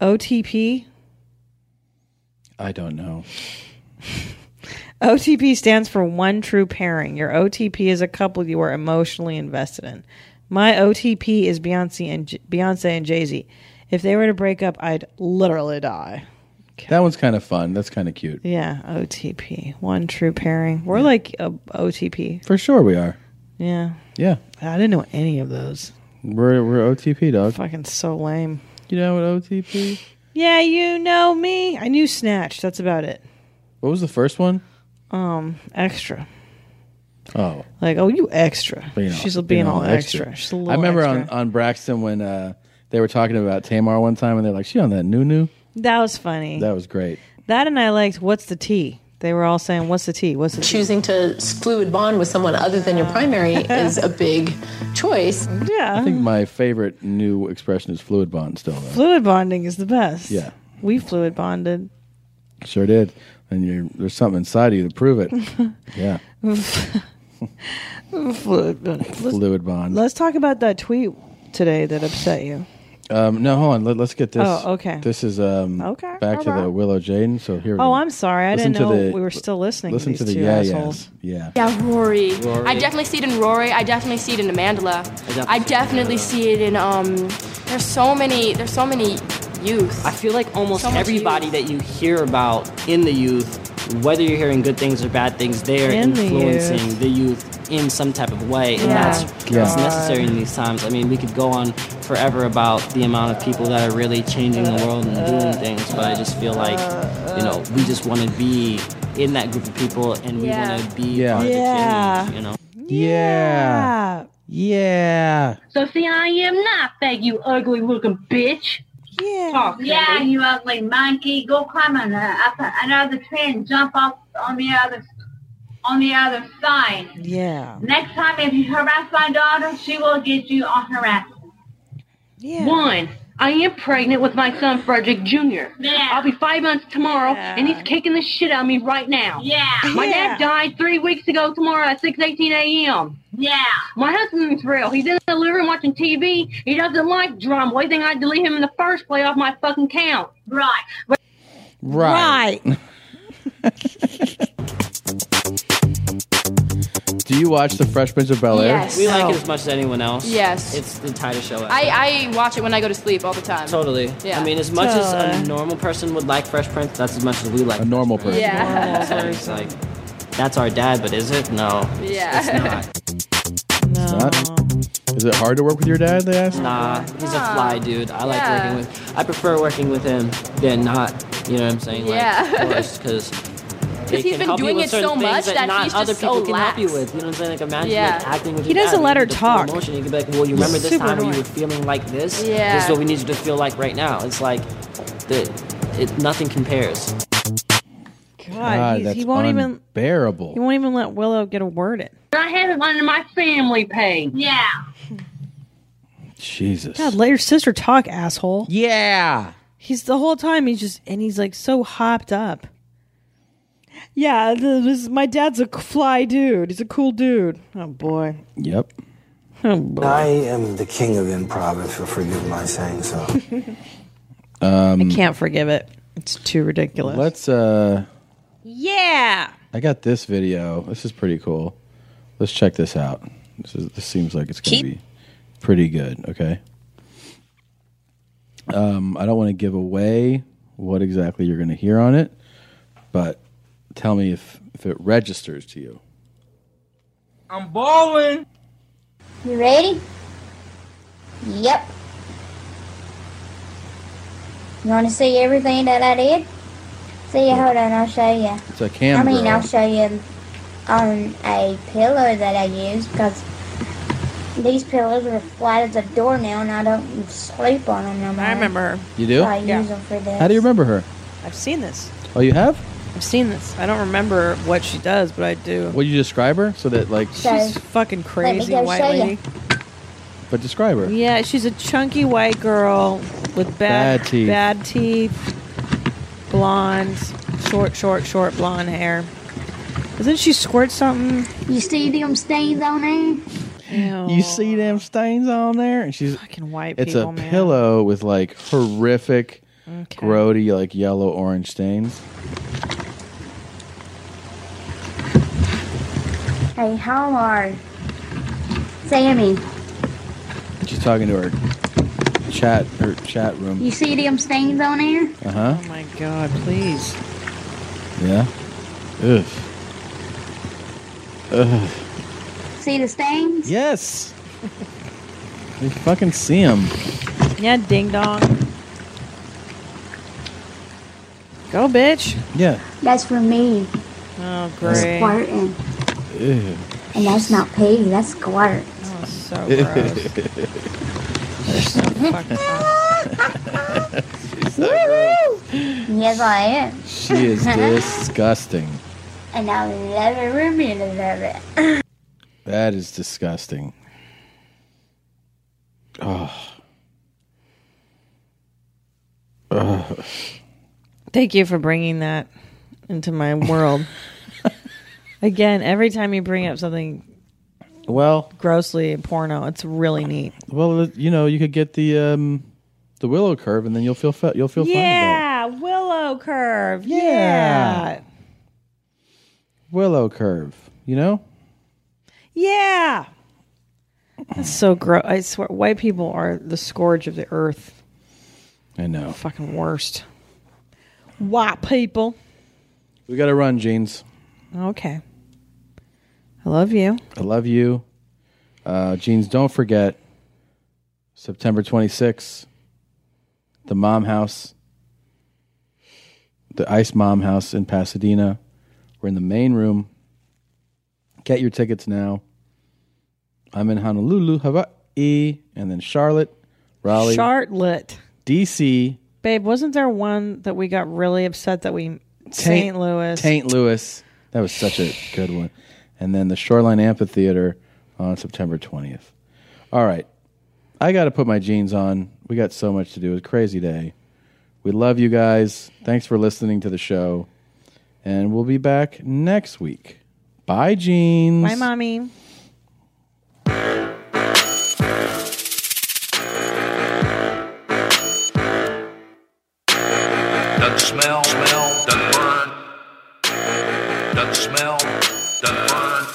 OTP. I don't know. OTP stands for one true pairing. Your OTP is a couple you are emotionally invested in. My OTP is Beyonce and J- Beyonce and Jay Z. If they were to break up, I'd literally die. That one's kind of fun. That's kind of cute. Yeah, OTP, one true pairing. We're like uh, a OTP. For sure, we are. Yeah, Yeah. I didn't know any of those. We're we're OTP dog. Fucking so lame. You know what OTP? Yeah, you know me. I knew Snatch. That's about it. What was the first one? Um, extra. Oh. Like, oh, you extra. But, you know, She's being, all extra. She's a little I remember extra. on on Braxton when uh, they were talking about Tamar one time, and they're like, "She on that new new." That was funny. That was great. That and I liked what's the tea. They were all saying, "What's the tea? What's the choosing to fluid bond with someone other than your [laughs] primary is a big choice. Yeah. I think my favorite new expression is fluid bond. Still, though. fluid bonding is the best." Yeah. we fluid bonded. sure did. And you're, there's something inside of you to [laughs] prove it. yeah, fluid bonding. Let's, fluid bond. let's talk about that tweet today that upset you. Um, no, hold on. Let, us get this. Oh, okay. This is um, Okay, back to the alright. Willow Jaden. So here. we Oh, go. I'm sorry. I Listen didn't know to the- we were still listening Listen to to these the two yeah, assholes. yes, yeah. Yeah, Rory. Rory. I definitely see it in Rory. I definitely see it in Amandla. I definitely see it in um. There's so many. There's so many youth. I feel like almost So much everybody that you hear about in the youth, whether you're hearing good things or bad things, they are In the influencing the youth in some type of way, and Yeah. that's Yeah. that's necessary in these times. I mean, we could go on forever about the amount of people that are really changing the world and doing things, but I just feel like you know we just want to be in that group of people, and we Yeah. want to be Yeah. part of the Yeah. change. You know. Yeah. Yeah. Yeah. So see, I am not fat, you ugly looking bitch. Yeah. yeah, Oh, yeah, you ugly monkey. Go climb on the, up another tree and jump off on the other on the other side. Yeah. Next time, if you harass my daughter, she will get you on harassment. One, I am pregnant with my son Frederick Jr. I'll be five months tomorrow, and he's kicking the shit out of me right now. Yeah. My Yeah. dad died three weeks ago tomorrow at 6.18 a.m. Yeah. My husband's real. He's in the living room watching TV. He doesn't like drama. Why do you think I delete him in the first play off my fucking count? Right. Right. Do you watch The Fresh Prince of Bel Air? Yes. We like it Oh. as much as anyone else. Yes. It's the Tida show. ever. I, I watch it when I go to sleep all the time. Totally. Yeah. I mean, as much as Totally. a normal person would like Fresh Prince, that's as much as we like. A normal person. Yeah. So it's like, that's our dad, but is it? No. It's- Yeah. It's It's not? Is it hard to work with your dad? They asked. not. Nah, he's a fly dude. I like Ah. Yeah. working with. I prefer working with him than not. You know what I'm saying? Like, Yeah. [laughs] because. he's been doing it so much that, that not he's other just people so can help you lax. with. You know what I'm saying? Like imagine Yeah. like, acting with He your doesn't dad, let you her get the full talk. Emotion. You can be like, well, you remember this Super time when you annoying. were feeling like this? This Yeah. is what we need you to feel like right now. It's like, the, it, nothing compares. God, he's- he won't even bearable. he won't even let Willow get a word in. I have it under my family pay. Yeah. Jesus. God, let your sister talk, asshole. Yeah. He's the whole time he's just and he's like so hopped up. Yeah, th- Uh, this my dad's a fly dude. He's a cool dude. Oh boy. Yep. I am the king of improv, if you'll forgive my saying so. [laughs] Um, I can't forgive it. It's too ridiculous. Let's. Uh, Yeah. I got this video. This is pretty cool. Let's check this out. This is. This seems like it's going to be pretty good. Okay. Um, I don't want to give away what exactly you're going to hear on it, but tell me if if it registers to you. I'm balling. You ready? Yep. You want to see everything that I did? See, hold on, I'll show you. It's a camera. I mean, I'll show you on a pillow that I used because these pillows are flat as a door now, and I don't sleep on them no more. I remember her. You do? So I Yeah. use them for this. How do you remember her? I've seen this. Oh, you have? I've seen this. I don't remember what she does, but I do. Will you describe her so that like? She's fucking crazy go white show ya. lady. But describe her. Yeah, she's a chunky white girl with bad, Bad teeth. bad teeth, blonde, short, short, short blonde hair. Doesn't she squirt something? You see them stains on there? You see them stains on there, and she's fucking white. It's people, a man. pillow with like horrific, grody like yellow orange stains. Hey, how are Sammy? She's talking to her chat her chat room. You see them stains on there? Uh huh. Oh my god, please. Yeah. Ugh. Ugh. See the stains? [laughs] Yes. We fucking see him. Yeah, ding dong. Go, bitch. Yeah. That's for me. Oh, great. Squirting. Ew. And that's not pee, that's squirt. Oh, so gross. She's so gross. [laughs] yes, I am. [laughs] She [laughs] is disgusting. and I love every minute of [laughs] it. That is disgusting. Oh. Ugh. Thank you for bringing that into my [laughs] world. Again, every time you bring up something Well, grossly porno, it's really neat. Well, you know, you could get the um, the willow curve, and then you'll feel fe- you'll feel fine. about it. yeah, willow curve. Yeah. Yeah. willow curve. You know, Yeah. That's so gross. I swear, white people are the scourge of the earth. I know. Fucking worst. White people. we got to run, jeans. Okay. I love you. I love you, uh, jeans. Don't forget September twenty sixth, the Mom House, the Ice Mom House in Pasadena. We're in the main room. Get your tickets now. I'm in Honolulu, Hawaii, and then Charlotte, Raleigh, Charlotte. DC, Babe, wasn't there one that we got really upset that we St. Louis? St. Louis. That was such a good one. And then the Shoreline Amphitheater on September 20th. All right. I got to put my jeans on. We got so much to do. It was a crazy day. We love you guys. Thanks for listening to the show. And we'll be back next week. Bye, jeans. My mommy. Doesn't smell, smell, doesn't burn. Doesn't smell, doesn't burn.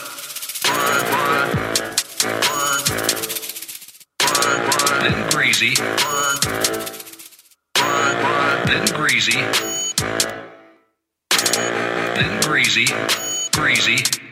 Burn, burn, burn, burn, burn. Then greasy. Burn, burn, burn. Then greasy. Then greasy, greasy.